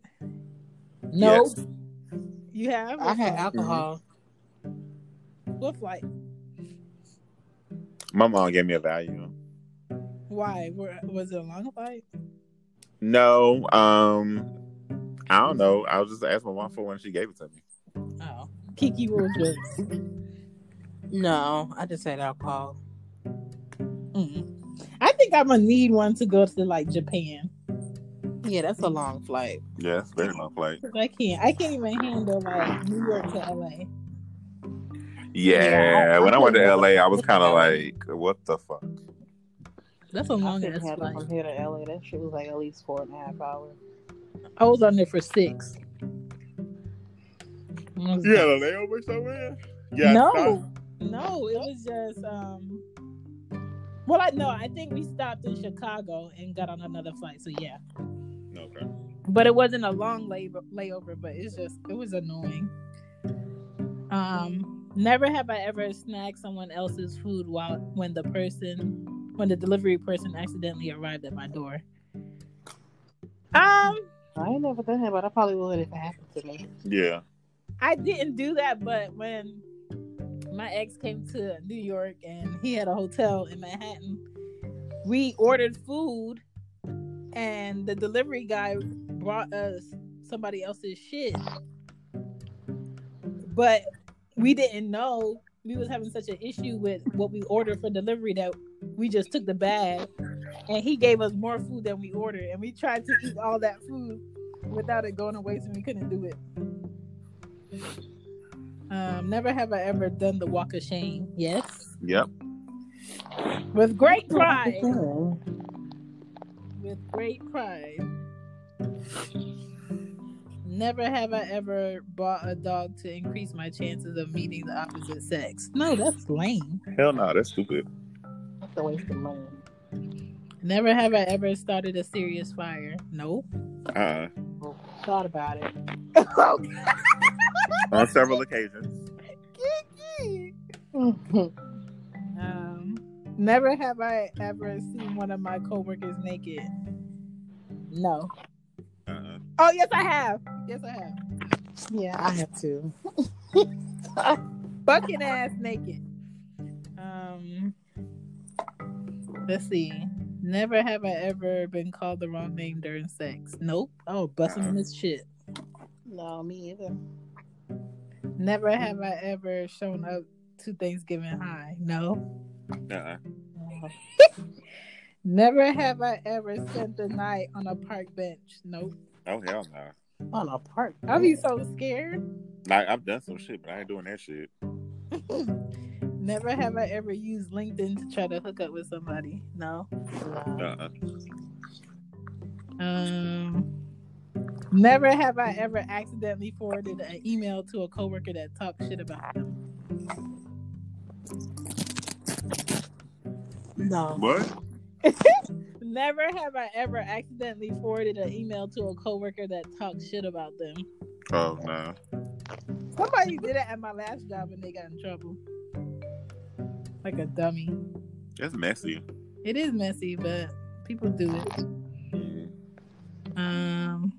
Nope. Yes. Mm-hmm. You have? I had alcohol. What flight? My mom gave me a value. Why? Were, was it a long flight? No, um, I don't know. I was just asking my mom for one. She gave it to me. Oh. Kiki, what was yours? No, I just had alcohol. Mm. Mm-hmm. I think I'm going to need one to go to like Japan. Yeah, that's a long flight. Yeah, it's very long flight. 'Cause I can't. I can't even handle like New York to LA. Yeah, Yeah, I- when I, I went to couldn't- LA, I was kind of like, "What the fuck?" That's a long I ass couldn't have it flight. from here to LA. That shit was like at least four and a half hours. I was on there for six. I was You had a layover somewhere? Yeah. no, stop. no, it was just um. Well, I know. I think we stopped in Chicago and got on another flight. So yeah, Okay. but it wasn't a long labor, layover. But it's just it was annoying. Um, never have I ever snagged someone else's food while when the person when the delivery person accidentally arrived at my door. Um, I ain't never done that, but I probably would if it happened to me. Yeah. I didn't do that, but when my ex came to New York and he had a hotel in Manhattan, we ordered food and the delivery guy brought us somebody else's shit. But we didn't know we was having such an issue with what we ordered for delivery that we just took the bag and he gave us more food than we ordered and we tried to eat all that food without it going to waste and we couldn't do it. Um, never have I ever done the walk of shame. Yes. Yep. With great pride. With great pride. Never have I ever bought a dog to increase my chances of meeting the opposite sex. No, that's lame. Hell no, that's stupid. That's a waste of money. Never have I ever started a serious fire. No. Uh-uh. Thought about it. On several occasions. Mm. Um, never have I ever seen one of my coworkers naked. No. Uh-uh. Oh yes, I have. Yes, I have. yeah, I have to. Bucking ass naked. Um, let's see. Never have I ever been called the wrong name during sex. Nope. Oh, busting this shit. No, me either. Never have I ever shown up to Thanksgiving high. No. Uh-uh. Never have I ever spent the night on a park bench. Nope. Oh hell no. On a park. I'd be so scared. Like I've done some shit, but I ain't doing that shit. Never have I ever used LinkedIn to try to hook up with somebody. No. Uh-uh. Um. Never have I ever accidentally forwarded an email to a coworker that talked shit about them. No. What? Never have I ever accidentally forwarded an email to a coworker that talked shit about them. Oh no. Somebody did it at my last job and they got in trouble. Like a dummy. That's messy. It is messy, but people do it. Mm-hmm. Um,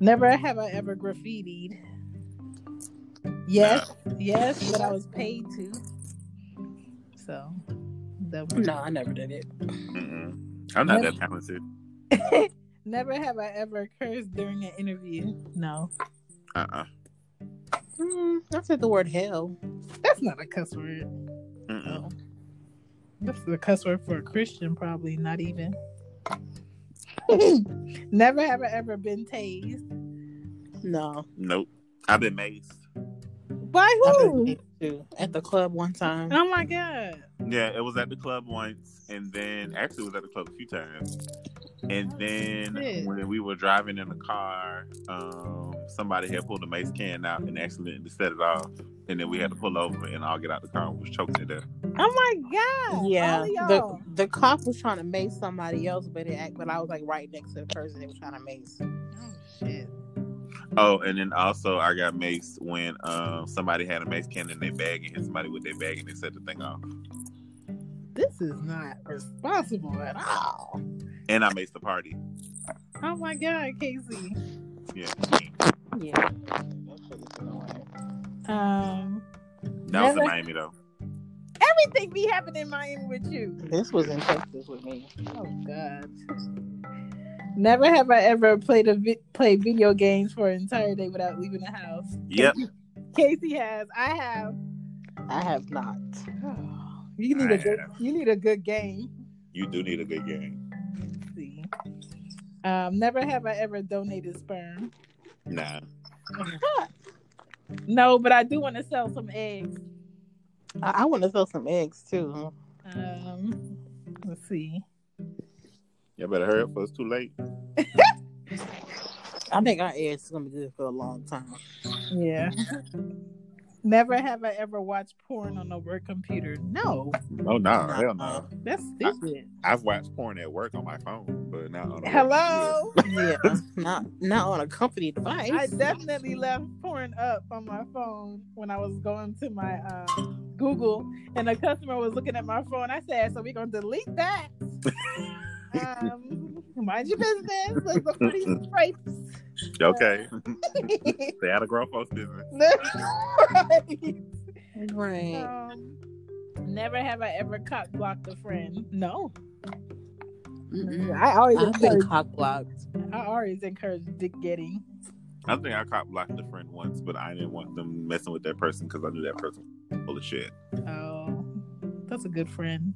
never have I ever graffitied. Yes, yes, but I was paid to. So, that was- No, I never did it. Mm-mm. I'm not that talented. never have I ever cursed during an interview. No, Uh-uh. Mm, I said the word hell. that's not a cuss word. Oh. Mm-mm. That's a cuss word for a Christian, probably not even. never have I ever been tased. No. Nope. I've been maced. By I've who? been beat too. At the club one time. Oh my god. Yeah, it was at the club once, and then actually it was at the club a few times. And then Oh, shit. when we were driving in the car, um, somebody had pulled a mace can out and accidentally set it off. And then we had to pull over and all get out the car and was choked to death. Oh my god. Yeah. All y'all. The the cop was trying to mace somebody else, but it act but I was like right next to the person they were trying to mace. Oh, shit. Oh, and then also I got maced when um, somebody had a mace can in their bag and hit somebody with their bag and they set the thing off. This is not responsible at all. And I maced the party. Oh my god, Casey. Yeah. Yeah. Um That was in Never- Miami though. everything be happening in Miami with you. This was in Texas with me. Oh god. Never have I ever played a vi- played video games for an entire day without leaving the house. Yep. Casey has. I have. I have not. You need I a good you need a good game. You do need a good game. Let's see. Um, never have I ever donated sperm. Nah. No, but I do want to sell some eggs. I, I want to sell some eggs too. Um, let's see. You better hurry up, for it's too late. I think our ass is gonna be good for a long time. Yeah. Never have I ever watched porn on a work computer. No, Oh no, hell no. that's stupid. I've watched porn at work on my phone. but not on a Hello. yeah, not not on a company device. I definitely left porn up on my phone when I was going to my um, Google, and the customer was looking at my phone. I said, "So we're gonna delete that. um, mind your business. Let's look for these stripes." Okay. Stay out of grown folks' business. Right. Right. Um, never have I ever cock blocked a friend. No, Mm-mm. Mm, I always I've been encourage. cock blocked. I always encourage dick getting. I think I caught blocked a friend once, but I didn't want them messing with that person because I knew that person was full of shit. Oh, that's a good friend.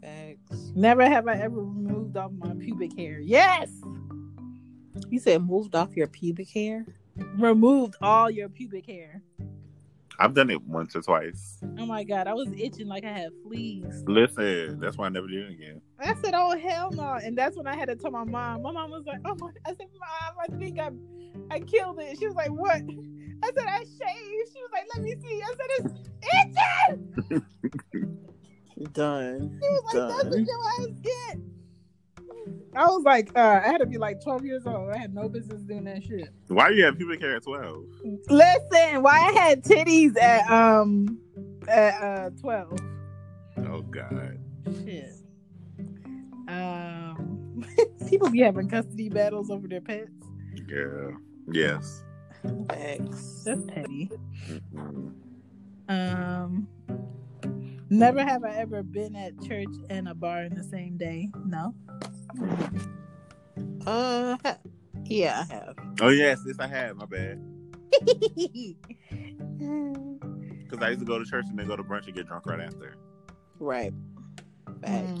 Facts. Never have I ever removed off my pubic hair. Yes, You said moved off your pubic hair. removed all your pubic hair. I've done it once or twice. Oh my god, I was itching like I had fleas. Listen, that's why I never did it again. I said, "Oh hell no!" And that's when I had to tell my mom. My mom was like, "Oh my!" I said, "Mom, I think I, I killed it." She was like, "What?" I said, "I shaved." She was like, "Let me see." I said, "It's itching." Done. She was like, "That's what Done. your ass get." I was like, uh, I had to be like 12 years old. I had no business doing that shit. Why you have pubic hair at twelve? Listen, why I had titties at um at uh 12. Oh God. Shit. Um, people be having custody battles over their pets. Yeah. Yes. Facts. That's petty. Mm-mm. Um, never have I ever been at church and a bar in the same day. No. Uh, ha- yeah, I have. Oh yes, yes I have. My bad. Because I used to go to church and then go to brunch and get drunk right after. Right. Facts.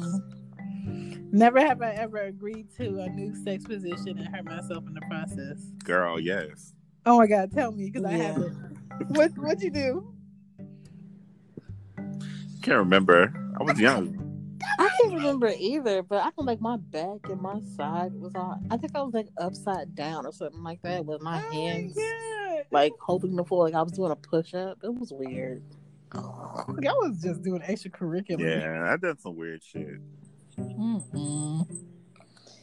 Mm. Never have I ever agreed to a new sex position and hurt myself in the process. Girl, yes. Oh my god, tell me because I Yeah. haven't. What what you do? Can't remember. I was young. I can't remember either, but I know like my back and my side was all. I think I was like upside down or something like that with my Oh my hands God. like holding the floor, like I was doing a push up. It was weird. Like, I was just doing extracurricular. Yeah, I done some weird shit. Mm-hmm. Mm-mm.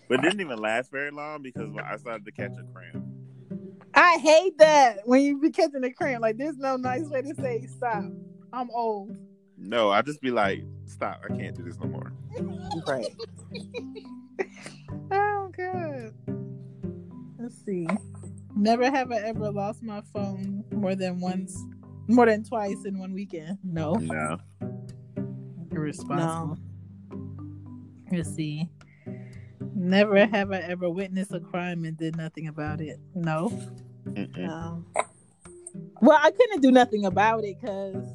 But it didn't even last very long because I started to catch a cramp. I hate that when you be catching the cramp. Like, there's no nice way to say stop. I'm old. No, I just be like, stop, I can't do this no more. Right. Oh, good. Let's see. Never have I ever lost my phone more than once, more than twice in one weekend. Oh. No. No. Irresponsible. Let's see. Never have I ever witnessed a crime and did nothing about it. No. Mm-mm. Um, Well, I couldn't do nothing about it because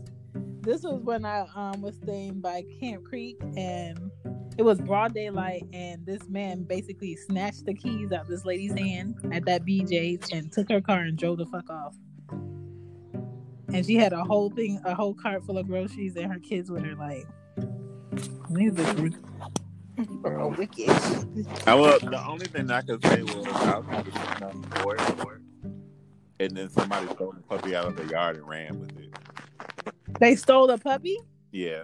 this was when I um, was staying by Camp Creek and it was broad daylight. And this man basically snatched the keys out this lady's hand at that BJ's and took her car and drove the fuck off. And she had a whole thing, a whole cart full of groceries and her kids with her. Like, these are oh, wicked. I well, the only thing I could say was I was sitting on the board for it, and then somebody stole the puppy out of the yard and ran with it. they stole a puppy? Yeah,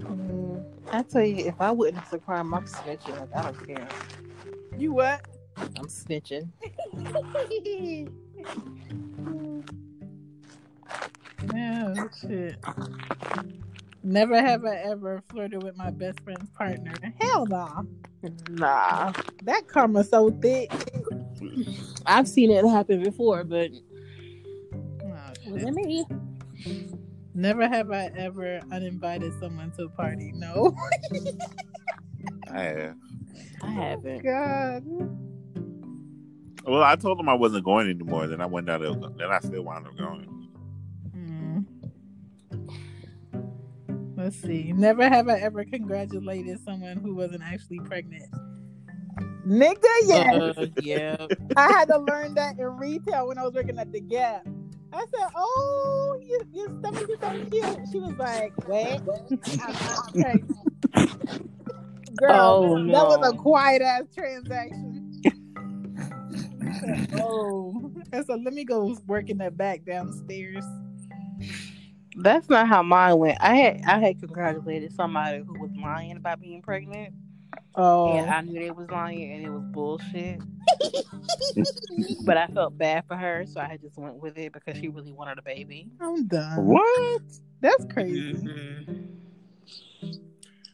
Mm, I tell you, if I witness a crime, I'm snitching. Like I don't care. You what? I'm snitching. Oh shit. Never have I ever flirted with my best friend's partner. Hell no. Nah, That karma so thick. I've seen it happen before, but Wasn't me. Never have I ever uninvited someone to a party. No. I have. I haven't. God. Well, I told them I wasn't going anymore. Then I went out. Of, then I still wound up going. Hmm. Let's see. Never have I ever congratulated someone who wasn't actually pregnant. Nigga, yes. Uh, yeah. I had to learn that in retail when I was working at the Gap. I said, "Oh, you, your stomach is so cute." She was like, "What? I'm not pregnant." Girl, Oh, that was a no. quiet ass transaction. I said, oh, and so let me go work in the back downstairs. That's not how mine went. I had I had congratulated somebody who was lying about being pregnant, Oh, Yeah, I knew they was lying and it was bullshit. but I felt bad for her, so I just went with it because she really wanted a baby. I'm done. What? That's crazy. Mm-hmm.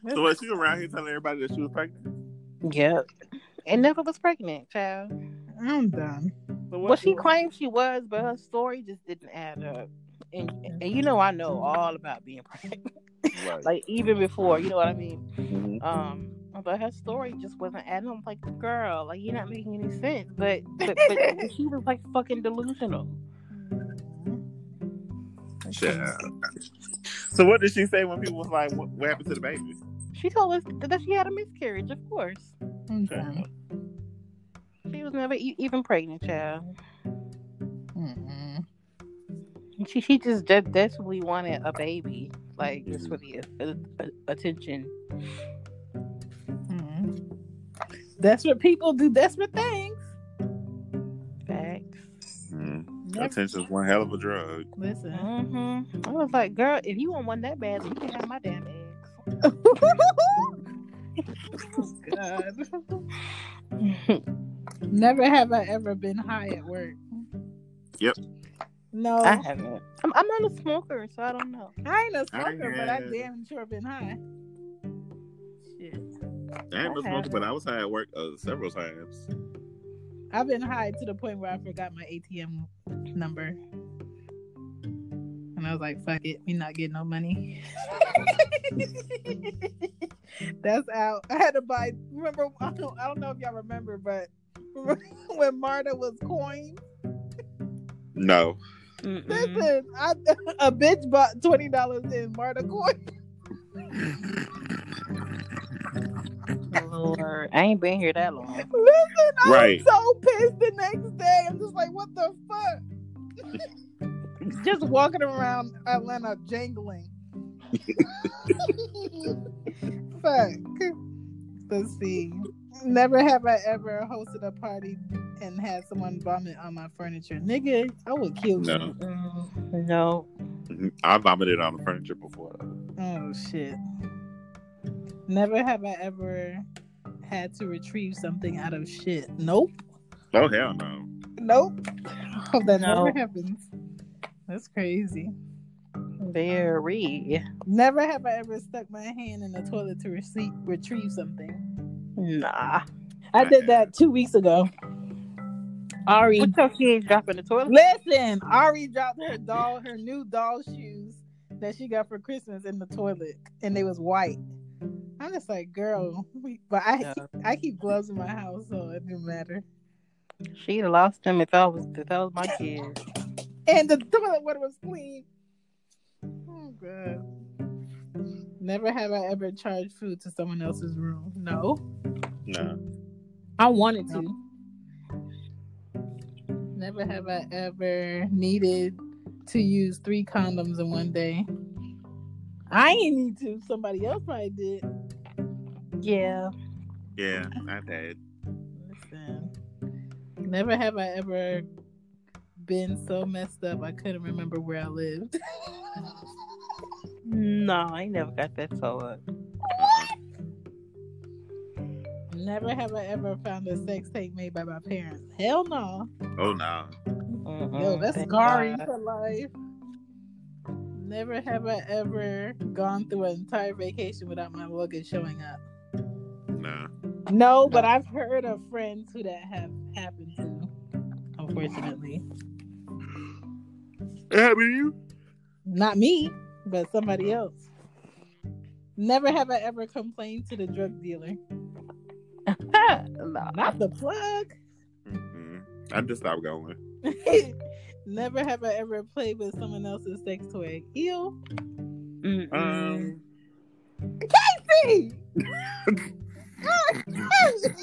So was she around here telling everybody that she was pregnant? Yep. And never was pregnant, child. I'm done. So Well, she claimed she was, but her story just didn't add up. And, and you know, I know all about being pregnant. Right. like even before, you know what I mean? Mhm. Um, but her story just wasn't adding. up. I'm like, girl, like you're not making any sense. But but, but she was like fucking delusional. Yeah. So what did she say when people was like, "What, what happened to the baby?" She told us that she had a miscarriage. Of course, I'm done. she was never e- even pregnant, child. Mm-mm. She she just de- desperately wanted a baby, like just for the a- a- attention. Mm-mm. Desperate people do desperate things. Facts. Mm. Next- Attention's one hell of a drug. Listen. Mm-hmm. I was like, girl, if you want one that bad, you can have my damn eggs. Oh, God. Mhm. Never have I ever been high at work. Yep. No, I I, haven't. I'm, I'm not a smoker, so I don't know. ain't a smoker, but I damn sure been high. Shit. I ain't been I smoking, but I was high at work uh, several times. I've been high to the point where I forgot my ATM number. And I was like, fuck it, we not getting no money. That's out. I had to buy, remember, I don't, I don't know if y'all remember, but when Marta was coined, No. Mm-hmm. Mm-mm. listen, I, a bitch bought $20 in Marta coin. Lord, I ain't been here that long. Listen, I Right. was so pissed the next day. I'm just like, what the fuck? just walking around Atlanta jangling. fuck. Let's see. Never have I ever hosted a party and had someone vomit on my furniture. Nigga, I would kill you. No. Mm-mm. Mm, No. I vomited on the furniture before. Oh shit. Never have I ever had to retrieve something out of shit. Nope. Oh hell no. Nope. Oh, that No. never happens. That's crazy. Very. Never have I ever stuck my hand in the toilet to receive, retrieve something. Nah. I did that two weeks ago. Ari, What your kids drop in the toilet? listen. Ari dropped her doll, her new doll shoes that she got for Christmas in the toilet, and they was white. I'm just like, girl. we- But I, Yeah. keep, I keep gloves in my house, so it didn't matter. She'd have lost them if I was if that was my kid. and the toilet water was clean. Oh god. Never have I ever charged food to someone else's room. No. No. I wanted to. Never have I ever needed to use three condoms in one day. I ain't need to. Somebody else probably did. Yeah. Yeah, I did. Listen. Never have I ever been so messed up I couldn't remember where I lived. No, I ain't never got that so up. Uh-uh. Never have I ever found a sex tape made by my parents. Hell no. Oh no. Mm-mm. Yo, that's Thank scarring God. for life. Never have I ever gone through an entire vacation without my luggage showing up. No. No, but I've heard of friends who that have happened to, unfortunately. It happened to you? Not me, but somebody else. Never have I ever complained to the drug dealer. Ah, nah. Not the plug. mm I just stopped going. Never have I ever played with someone else's sex toy. Ew. Mm-mm. Um, Hey!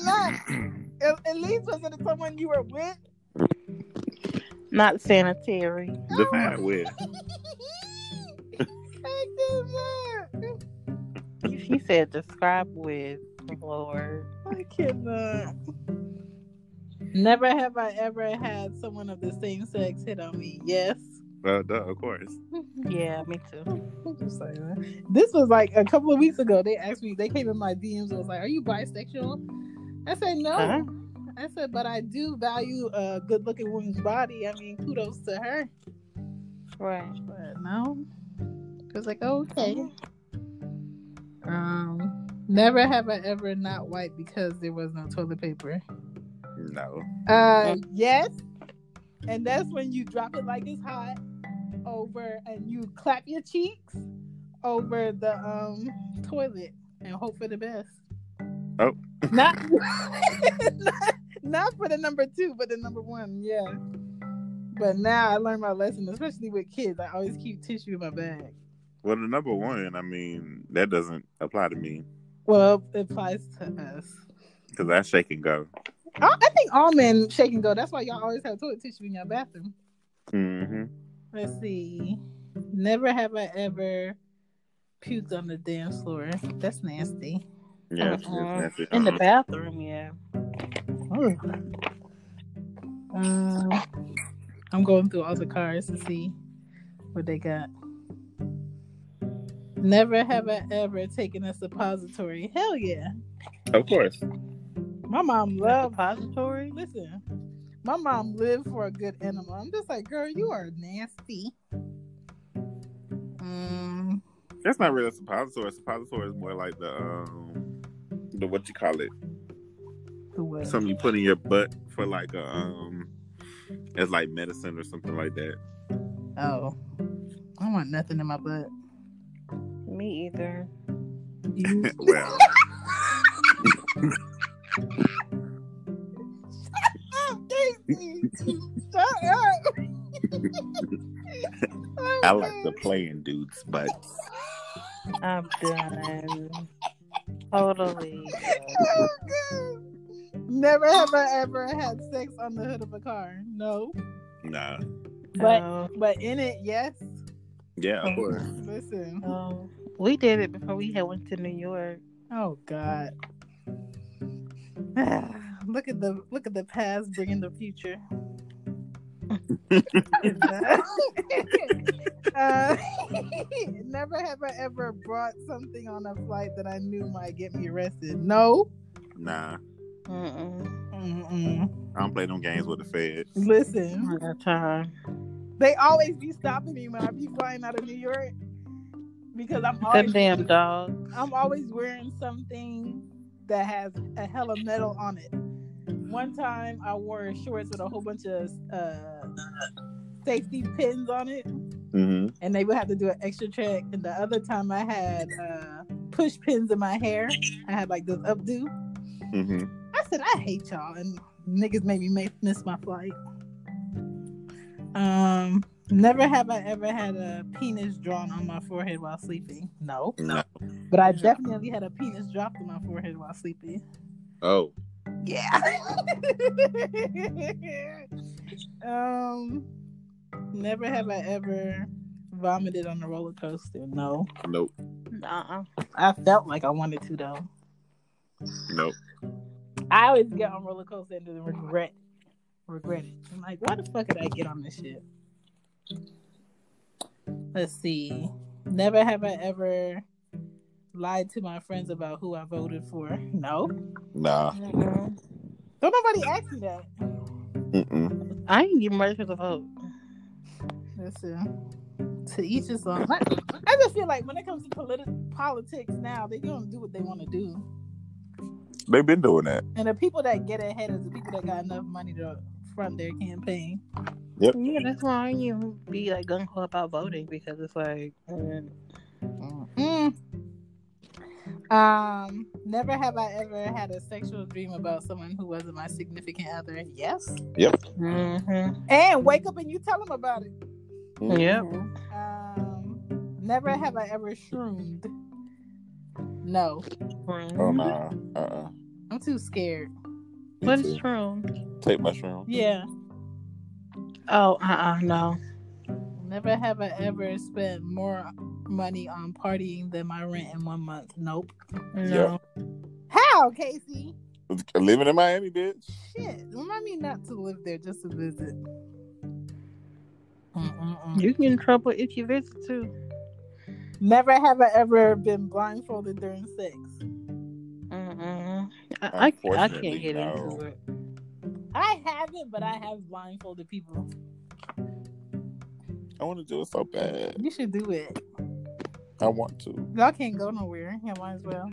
Not- at, at least was it someone you were with? Not sanitary. Define with. I cannot. She said describe with Lord. I cannot. Never have I ever had someone of the same sex hit on me. Yes. Well, uh, duh, of course. Yeah, me too. Just like that. This was like a couple of weeks ago. They asked me, they came in my DMs and was like, Are you bisexual? I said, No. Huh? I said, But I do value a good looking woman's body. I mean, kudos to her. Right. But no. It was like, Okay. Um, never have I ever not wiped because there was no toilet paper. No. Uh, yes. And that's when you drop it like it's hot over and you clap your cheeks over the um toilet and hope for the best. Oh. Not, not, not for the number two, but the number one, yeah. But now I learned my lesson, especially with kids. I always keep tissue in my bag. Well, the number one, I mean, that doesn't apply to me Well, it applies to us. because I shake and go. I, I think all men shake and go. That's why y'all always have toilet tissue in your bathroom. hmm Mm-hmm. Let's see. Never have I ever puked on the dance floor. That's nasty. Yeah. Uh-uh. that's it. In the Uh-huh. Uh-uh. bathroom, yeah. Um, I'm going through all the cards to see what they got. Never have I ever taken a suppository. Hell yeah. Of course. My mom Love loved repository. listen. My mom lived for a good enema. I'm just like, girl, you are nasty. Um, That's not really a suppository. Suppository is more like the um the what you call it. the what? Something you put in your butt for like a um it's like medicine or something like that. Oh. I want nothing in my butt. Me either. You Well up, Daisy. Shut up. I like the playing dudes, but I'm done. Totally. Oh, God. Never have I ever had sex on the hood of a car. No. nah. But No, but in it, yes. Yeah, of course. Listen. no. Um, we did it before we had went to New York. Oh God. look at the look at the past bringing the future. uh, never have I ever brought something on a flight that I knew might get me arrested. No. Nah. Mm-mm. Mm-mm. I don't play them games with the feds. Listen. Not that time. They always be stopping me when I be flying out of New York because I'm That always damn dog. I'm always wearing something that has a hella metal on it. One time I wore shorts with a whole bunch of uh, safety pins on it, Mm-hmm. and they would have to do an extra check. And the other time I had uh, push pins in my hair. I had like this updo. Mm-hmm. I said I hate y'all, and niggas made me make, miss my flight. Um, never have I ever had a penis drawn on my forehead while sleeping. No, No. but I definitely had a penis dropped on my forehead while sleeping. Oh. Yeah. um, never have I ever vomited on a roller coaster. No, Nope. Nuh-uh. I felt like I wanted to though. Nope. I always get on roller coaster and then regret regret it. I'm like, why the fuck did I get on this shit? Let's see. Never have I ever lied to my friends about who I voted for. No. Nah. Mm-mm. Don't nobody ask me that. Mm-mm. I ain't even ready for the vote. Listen. To each his own. I I just feel like when it comes to politi- politics now, they don't do what they want to do. They've been doing that. And the people that get ahead is the people that got enough money to front their campaign. Yeah, that's why I ain't even be like gung ho about voting because it's like, mm, Mm. Um, never have I ever had a sexual dream about someone who wasn't my significant other. Yes. mm-hmm. And wake up and you tell them about it. Mm-hmm. yep. Um, never have I ever shroomed. No, Oh Mm. nah. Uh-uh. I'm too scared. Me But too. it's true. Take mushroom. Yeah. Oh, uh, uh no. Never have I ever spent more money on partying than my rent in one month. Nope. No. How, Casey? Living in Miami, bitch. Shit. Remind me not to live there just to visit. Mm-mm. Mm-mm. You can get in trouble if you visit too. Never have I ever been blindfolded during sex. Mm-mm. I, I, I can't Unfortunately, get no. into it. I haven't, but I have blindfolded people. I want to do it so bad. You should do it. I want to. Y'all can't go nowhere. You might as well.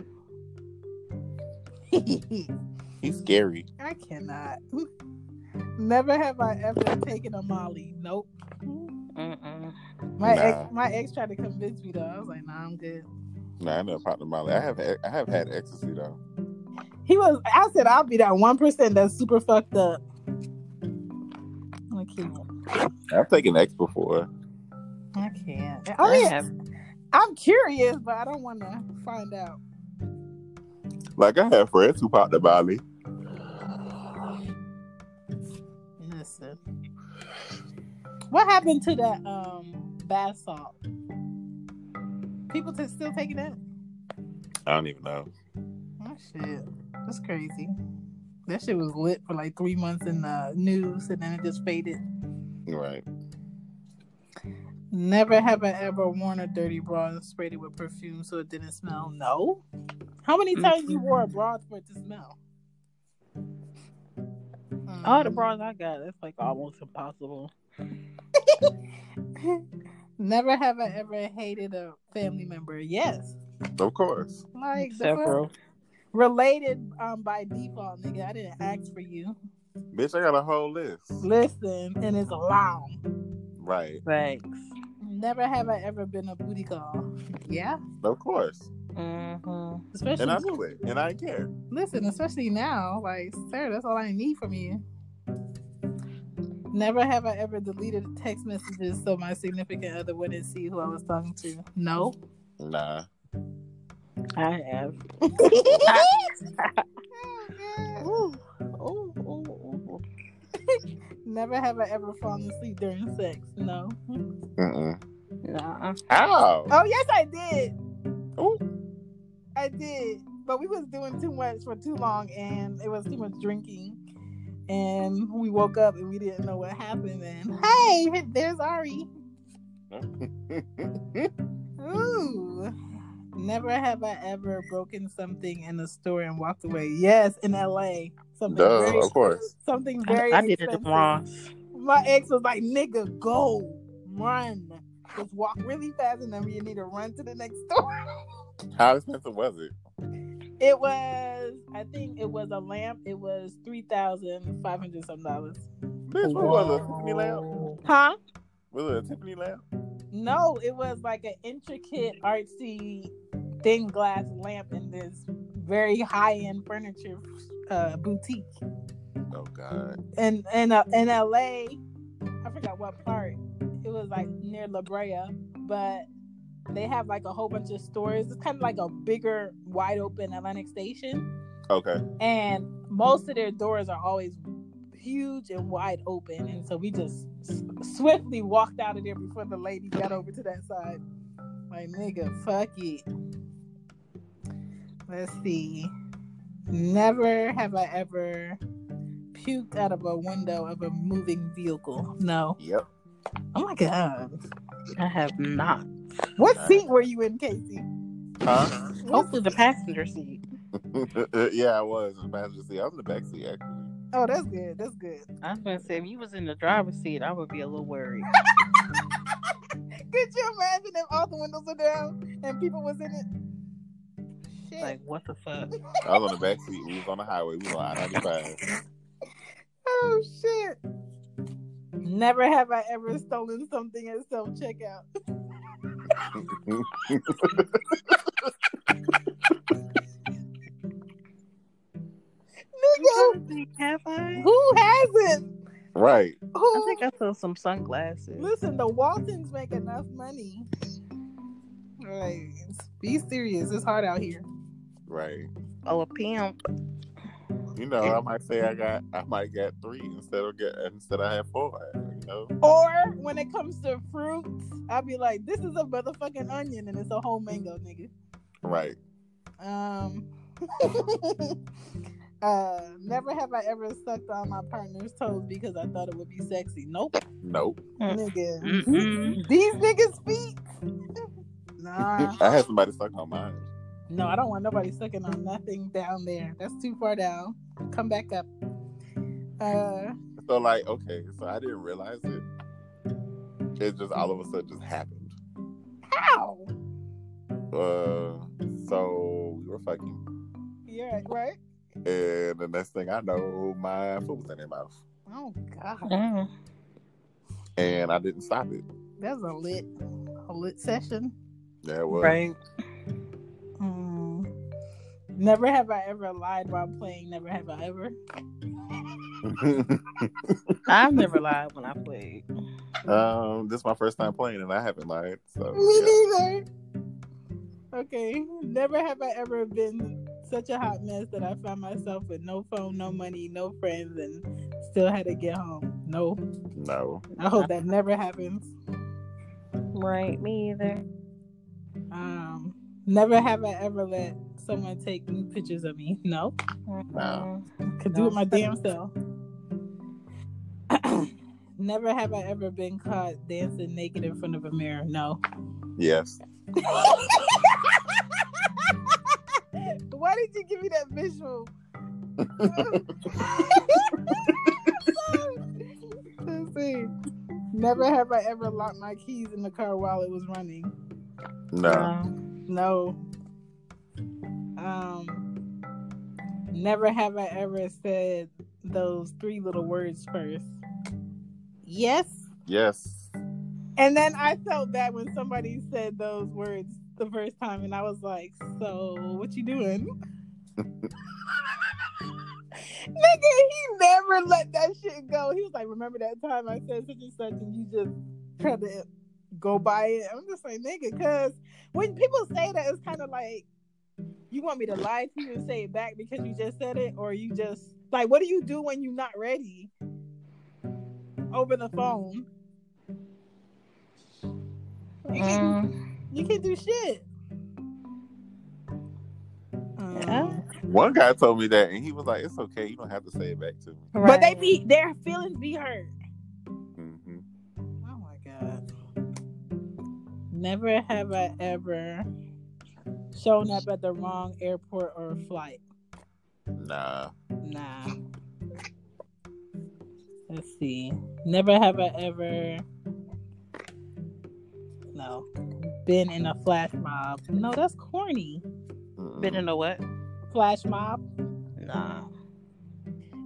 He's scary. I cannot. Never have I ever taken a Molly. Nope. Mm-mm. My Nah. ex, my ex tried to convince me though. I was like, Nah, I'm good. Nah, I know Pop Molly. I have I have had ecstasy though. He was. I said, I'll be that one percent that's super fucked up. I can't. I've taken X before. I can't. I mean, I have. I'm curious, but I don't want to find out. Like I have friends who popped the Molly. Listen. What happened to that um bath salt? People t- still taking that? I don't even know. Oh shit. That's crazy. That shit was lit for like three months in the news and then it just faded. Right. Never have I ever worn a dirty bra and sprayed it with perfume so it didn't smell. No. How many times you wore a bra for it to smell? Mm. All the bras I got, that's like almost impossible. Never have I ever hated a family member. Yes. Of course. Like the fuck? Several. related um by default, nigga. I didn't ask for you. Bitch, I got a whole list. Listen, and it's long. Right. Thanks. Never have I ever been a booty call. Yeah, Of course. Mm-hmm. especially And I knew it. And I didn't care. listen, especially now. Like, sir, that's all I need from you. Never have I ever deleted text messages so my significant other wouldn't see who I was talking to. No. Nah. I have. Ooh, ooh, ooh, ooh. Never have I ever fallen asleep during sex. No. Mm-mm. Nah. How? Oh yes, I did. Ooh. I did, but we was doing too much for too long, and it was too much drinking. And we woke up and we didn't know what happened. And hey, there's Ari. Ooh, never have I ever broken something in a store and walked away. Yes, in L.A. Something Duh, very, of course. something I, very. I did it expensive. at Ross. My ex was like, "Nigga, go run, just walk really fast, and then you need to run to the next store." How expensive was it? It was, I think it was a lamp. It was three thousand five hundred some dollars. Bitch, what was it? A Tiffany lamp? Huh? Was it a Tiffany lamp? No, it was like an intricate, artsy, thin glass lamp in this very high end furniture uh, boutique Oh God. in in uh, in L.A. I forgot what part. It was like near La Brea, but they have like a whole bunch of stores. It's kind of like a bigger, wide open Atlantic Station. Okay. and most of their doors are always huge and wide open and so we just s- swiftly walked out of there before the lady got over to that side like nigga fuck it let's see never have i ever puked out of a window of a moving vehicle no Yep. oh my god I have not. what seat were you in casey Huh? Hopefully Oh, the passenger seat. yeah, I was in the passenger seat. I was in the back seat actually. oh that's good that's good I was gonna say if you was in the driver's seat, I would be a little worried. could you imagine if all the windows were down and people was in it Shit. Like what the fuck? I was on the back seat. We was on the highway. We was on I ninety five. Oh shit. Never have I ever stolen something at self checkout. I'm Nigga, trying to think, Have I? who hasn't? Right. I Who? think I saw some sunglasses. Listen, the Waltons make enough money. Right. Be serious. It's hard out here. Right. Oh, a pimp. You know, I might say I got I might get three instead of get instead I have four. You know? Or when it comes to fruits, I'll be like, this is a motherfucking onion and it's a whole mango, nigga. Right. Um, Uh, never have I ever sucked on my partner's toes because I thought it would be sexy. Nope, Nope. nigga. Mm-mm. These niggas speak. nah. I had somebody suck on mine. No, I don't want nobody sucking on nothing down there. That's too far down. Come back up. Uh, So like, okay, so I didn't realize it. It just all of a sudden just happened. how? Uh, so we were fucking, Yeah, right. and the next thing I know, my foot was in their mouth, Oh God, Mm. and I didn't stop it. that's a lit, a lit session. Yeah, it was. Mm. Never have I ever lied while playing. Never have I ever. I've never lied when I played. um, this is my first time playing, and I haven't lied. So Me yeah. neither. Okay. Never have I ever been such a hot mess that I found myself with no phone, no money, no friends, and still had to get home. No. no, I hope that never happens. Right, me either. Um, never have I ever let someone take new pictures of me. No. Mm-hmm. No. Could do it my damn self. never have I ever been caught dancing naked in front of a mirror. No. yes, Why did you give me that visual? Let's see. Never have I ever locked my keys in the car while it was running. no, No. Um. Never have I ever said those three little words first. Yes. yes. And then I felt bad when somebody said those words the first time, and I was like, "So what you doing?" Nigga, he never let that shit go. He was like, "Remember that time I said such and such, and you just tried to go by it." I'm just like, "Nigga," because when people say that, it's kind of like, "You want me to lie to you and say it back because you just said it, or you just like, what do you do when you're not ready?" Over the phone. You can't Mm-hmm. you can't do shit. Um, Yeah. One guy told me that, and he was like, "It's okay. You don't have to say it back to me." But they be their feelings be hurt. hmm Oh my god. Never have I ever shown up at the wrong airport or flight. Nah, Nah. Let's see. Never have I ever no been in a flash mob. No, that's corny. Mm-mm. been in a what? Flash mob. Nah.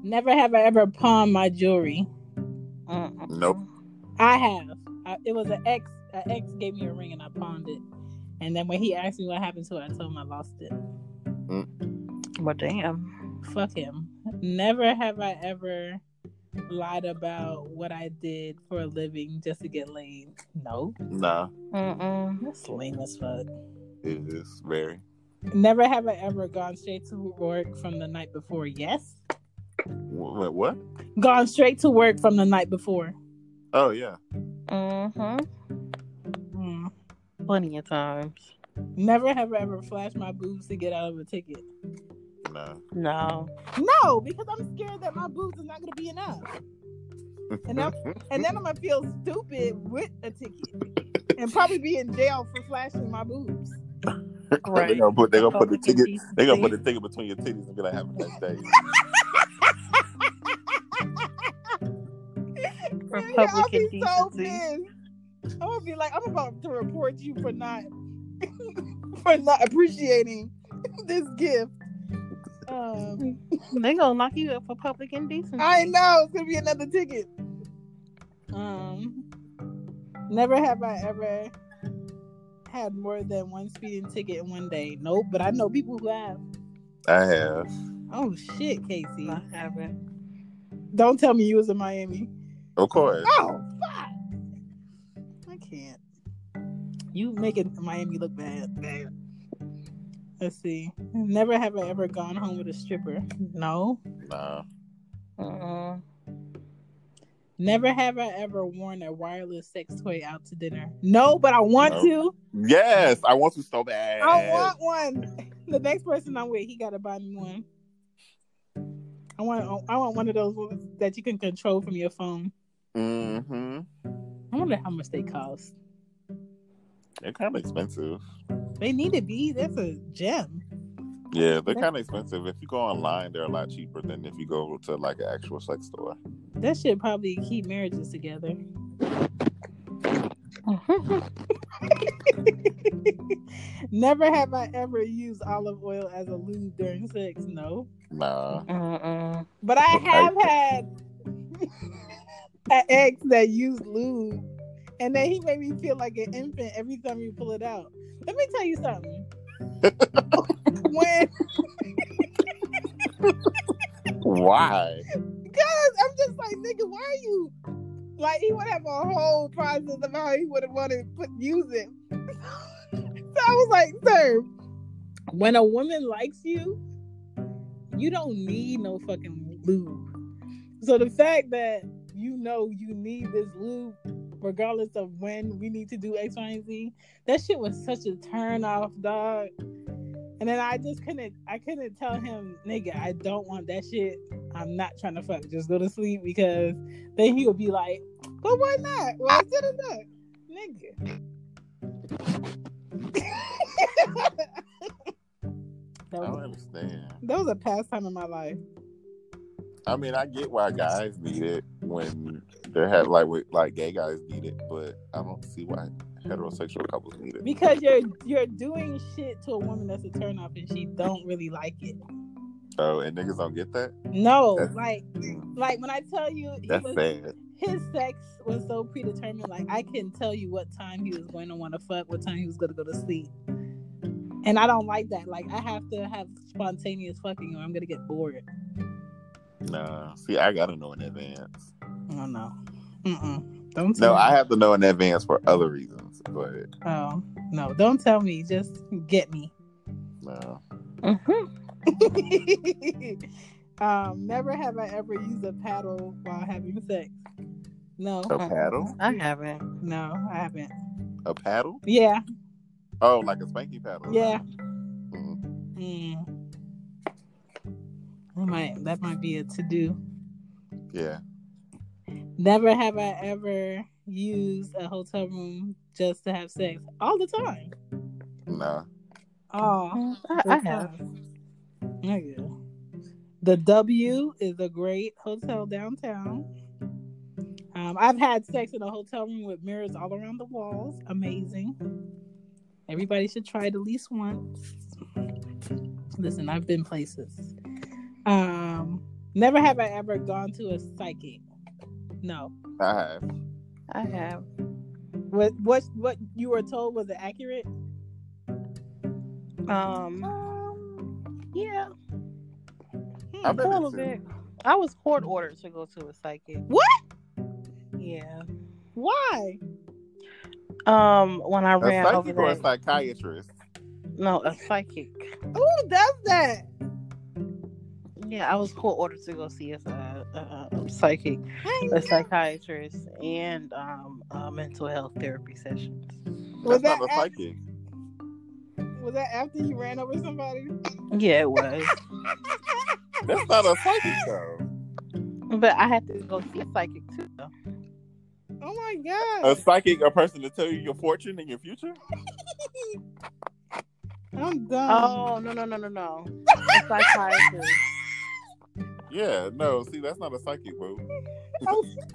Never have I ever pawned my jewelry. Mm-mm. Nope. I have. I, it was an ex. An ex gave me a ring and I pawned it. And then when he asked me what happened to it, I told him I lost it. Well, damn. Fuck him. Never have I ever lied about what I did for a living just to get laid. No, nah, Mm-mm. that's lame as fuck. it is very. Never have I ever gone straight to work from the night before. Yes, Wait, what? gone straight to work from the night before. Oh yeah. Mm-hmm. Hmm. Plenty of times. Never have I ever flashed my boobs to get out of a ticket. Nah. No. No, because I'm scared that my boobs is not gonna be enough. And I'm and then I'm gonna feel stupid with a ticket and probably be in jail for flashing my boobs. they're Right. gonna put they're gonna put the Public ticket they're gonna put the indecency. ticket between your titties and be like, "Have a nice day." I'll Republican be so decency. pissed. I'm gonna be like, I'm about to report you for not for not appreciating this gift. Um, They gonna lock you up for public indecency. I know it's gonna be another ticket. Um, never have I ever had more than one speeding ticket in one day. Nope, but I know people who have. I have. Oh shit, Casey! I haven't. Don't tell me you was in Miami. Of course. Oh fuck! I can't. You making Miami look bad. bad. Let's see. Never have I ever gone home with a stripper. No. Nah. Mm-mm. Never have I ever worn a wireless sex toy out to dinner. No, but I want No. to. Yes, I want you so bad. I want one. The next person I'm with, he gotta buy me one. I want I want one of those ones that you can control from your phone. Mm-hmm. I wonder how much they cost. They're kind of expensive. They need to be. That's a gem. Yeah, they're kind of expensive. If you go online, they're a lot cheaper than if you go to like an actual sex store. That should probably keep marriages together. Never have I ever used olive oil as a lube during sex. No, Nah. Mm-mm. but I Okay. have had an ex that used lube, and then he made me feel like an infant every time you pull it out. Let me tell you something. when Why? Because I'm just like, nigga, why are you? Like, he would have a whole process of how he would have wanted to put, use it. so I was like, sir, when a woman likes you, you don't need no fucking lube. So the fact that you know you need this lube, regardless of when we need to do X, Y, and Z, that shit was such a turn off, dog. And then I just couldn't, I couldn't tell him, nigga, I don't want that shit. I'm not trying to fuck. Just go to sleep because then he would be like, but why not? Why did it not? Nigga. that, I was, don't understand. that was a pastime in my life. I mean, I get why guys need it when they have like with, like gay guys need it, but I don't see why heterosexual couples need it. Because you're you're doing shit to a woman that's a turnoff and she don't really like it. Oh, and niggas don't get that. No, That's- like like when I tell you he That's was- sad. his sex was so predetermined. Like I can tell you what time he was going to want to fuck, what time he was going to go to sleep, and I don't like that. Like I have to have spontaneous fucking, or I'm gonna get bored. Nah. See, I gotta know in advance. Oh no, Mm-mm. don't tell No, me. I have to know in advance for other reasons, but oh no, don't tell me. Just get me. no. Mm-hmm. um, never have I ever used a paddle while having sex. No, A paddle? I haven't. no, I haven't. A paddle? Yeah, Oh, like a spanky paddle? yeah. Mm. Mm. That might that might be a to do. Yeah. Never have I ever used a hotel room just to have sex. All the time. Nah. Oh, I, I have. The W is a great hotel downtown. Um, I've had sex in a hotel room with mirrors all around the walls. Amazing. Everybody should try it at least once. Listen, I've been places. Um, never have I ever gone to a psychic. No. I have. I have. What what what you were told was it accurate? Um. Yeah. Hmm, I've A been little to bit. I was court ordered to go to a psychic. What? Yeah. Why? Um. When I a ran over psychic or there. a psychiatrist. No, a psychic. Who does that? Yeah, I was court ordered to go see a, a, a psychic, I ain't a psychiatrist, and um, a mental health therapy sessions. Was That's that not a ac- psychic. Was that after you ran over somebody? Yeah, it was. That's not a psychic though. but I had to go see a psychic too. Though. Oh my A god! psychic, a person to tell you your fortune and your future? I'm done. Oh no no no no no! A psychiatrist. Yeah, no, see, that's not a psychic, boo. I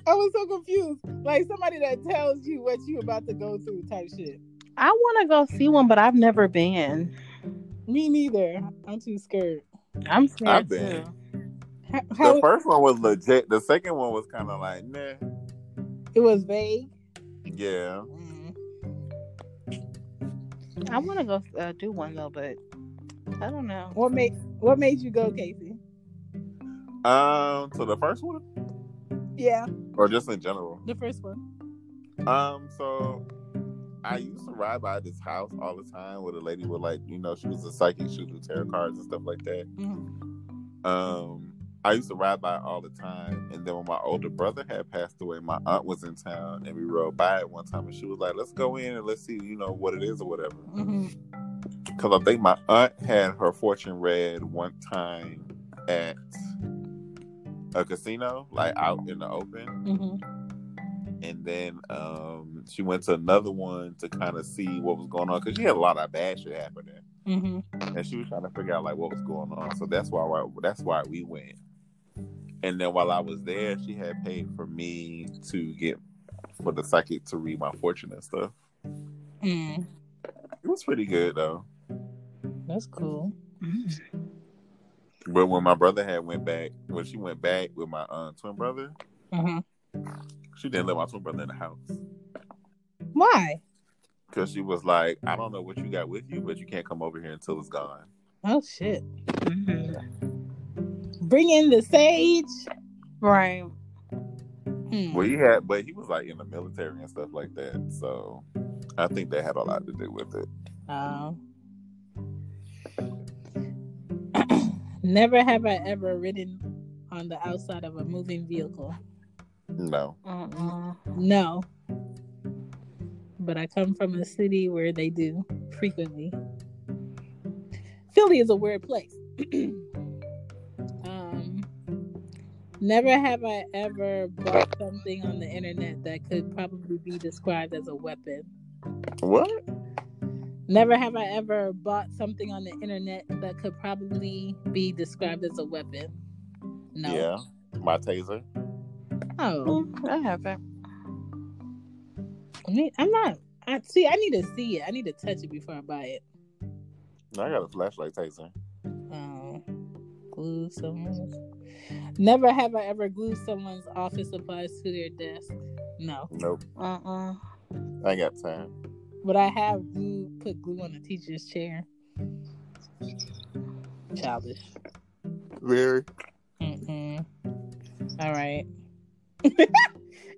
was so confused. Like somebody that tells you what you about to go through type shit. I want to go see one, but I've never been. Me neither. I'm too scared. I'm scared I've been. too. How, The how first one was legit. The second one was kind of like, nah, it was vague. Mm. yeah. I want to go uh, do one though, but I don't know. What made What made you go, Casey? Um, so the first one, Yeah, or just in general. the first one. Um, so I used to ride by this house all the time where the lady would like, you know, she was a psychic, she would do tarot cards and stuff like that. Um, I used to ride by all the time, and then when my older brother had passed away, my aunt was in town, and we rode by it one time, and she was like, "Let's go in and let's see, you know, what it is or whatever." Mhm. because I think my aunt had her fortune read one time at a casino, like out in the open, hmm and then um, she went to another one to kind of see what was going on because she had a lot of bad shit happening, hmm and she was trying to figure out like what was going on. So that's why why- that's why we went. And then while I was there, she had paid for me to get for the psychic to read my fortune and stuff. Mm. It was pretty good though. That's cool. But when my brother had went back, when she went back with my uh, twin brother, hmm she didn't let my twin brother in the house Why? because she was like, "I don't know what you got with you, but you can't come over here until it's gone." Oh shit! Mhm. Bring in the sage. Hmm. Right. Well, he had, but he was like in the military and stuff like that, so I think that had a lot to do with it. Um, never have I ever ridden on the outside of a moving vehicle. No, Mm-mm. No. But I come from a city where they do frequently. Philly is a weird place. um, never have I ever bought something on the internet that could probably be described as a weapon. what? Never have I ever bought something on the internet that could probably be described as a weapon. No. Yeah, my taser. Oh, Mm, I haven't. I mean, I'm not. I see. I need to see it. I need to touch it before I buy it. I got a flashlight taser. Oh, glue someone's. Never have I ever glued someone's office supplies to their desk. No, Nope, Mm-mm. I ain't got time. but I have glue put glue on a teacher's chair. Childish. Very. Mm-mm. Mm-hmm. All right.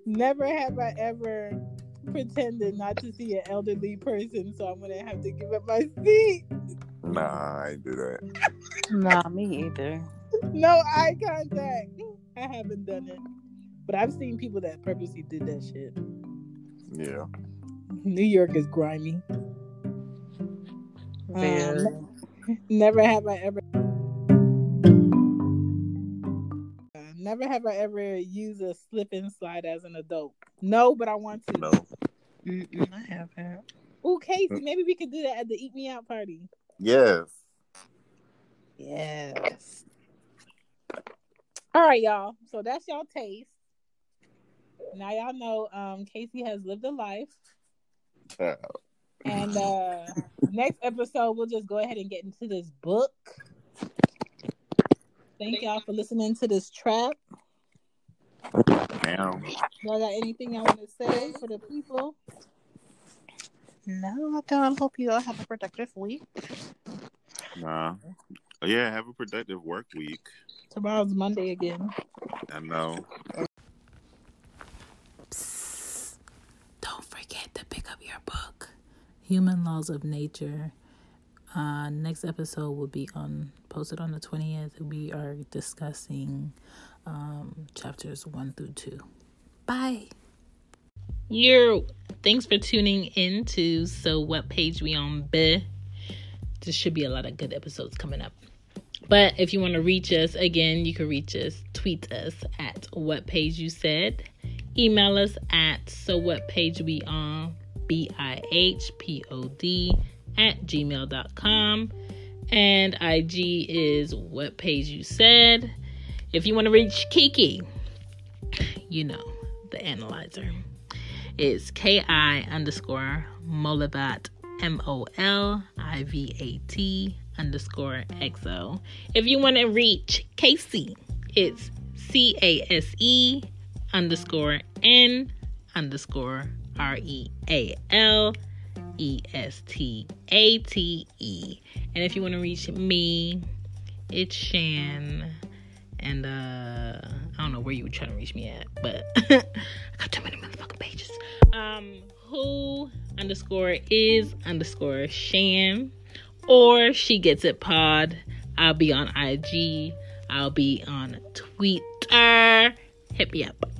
Never have I ever pretended not to see an elderly person, so I'm gonna have to give up my seat. Nah, I ain't do that. Nah, me either. No eye contact. I haven't done it, but I've seen people that purposely did that shit. Yeah. New York is grimy. Very. Never have I ever. Never have I ever used a slip and slide as an adult. No, but I want to. No. Mm-mm, I haven't. Ooh, Casey, maybe we could do that at the Eat Me Out party. Yes. Yes. All right, y'all. So that's y'all taste. Now y'all know um Casey has lived a life. Child. And uh next episode we'll just go ahead and get into this book. Thank y'all for listening to this trap. Now. Y'all got anything y'all want to say for the people? No, I don't. Hope you all have a productive week. Nah. Yeah. Have a productive work week. Tomorrow's Monday again. I know. Psst. Don't forget to pick up your book, Human Laws of Nature. Uh, next episode will be on posted on the 20th. We are discussing um, chapters 1 through 2. Bye. You thanks for tuning in to So What Page We On Be. There should be a lot of good episodes coming up. But if you want to reach us again, you can reach us, tweet us at what page you said email us at so what page we on b-i-h-p-o-d at gmail.com and ig is what page you said if you want to reach kiki you know the analyzer it's ki underscore molivat m-o-l-i-v-a-t underscore xo if you want to reach casey it's c-a-s-e underscore N underscore R E A L E S T A T E. And if you want to reach me, it's Shan. And uh I don't know where you were trying to reach me at, but I got too many motherfucking pages. Um who underscore is underscore Shan or she gets it pod. I'll be on IG. I'll be on Twitter. Hit me up.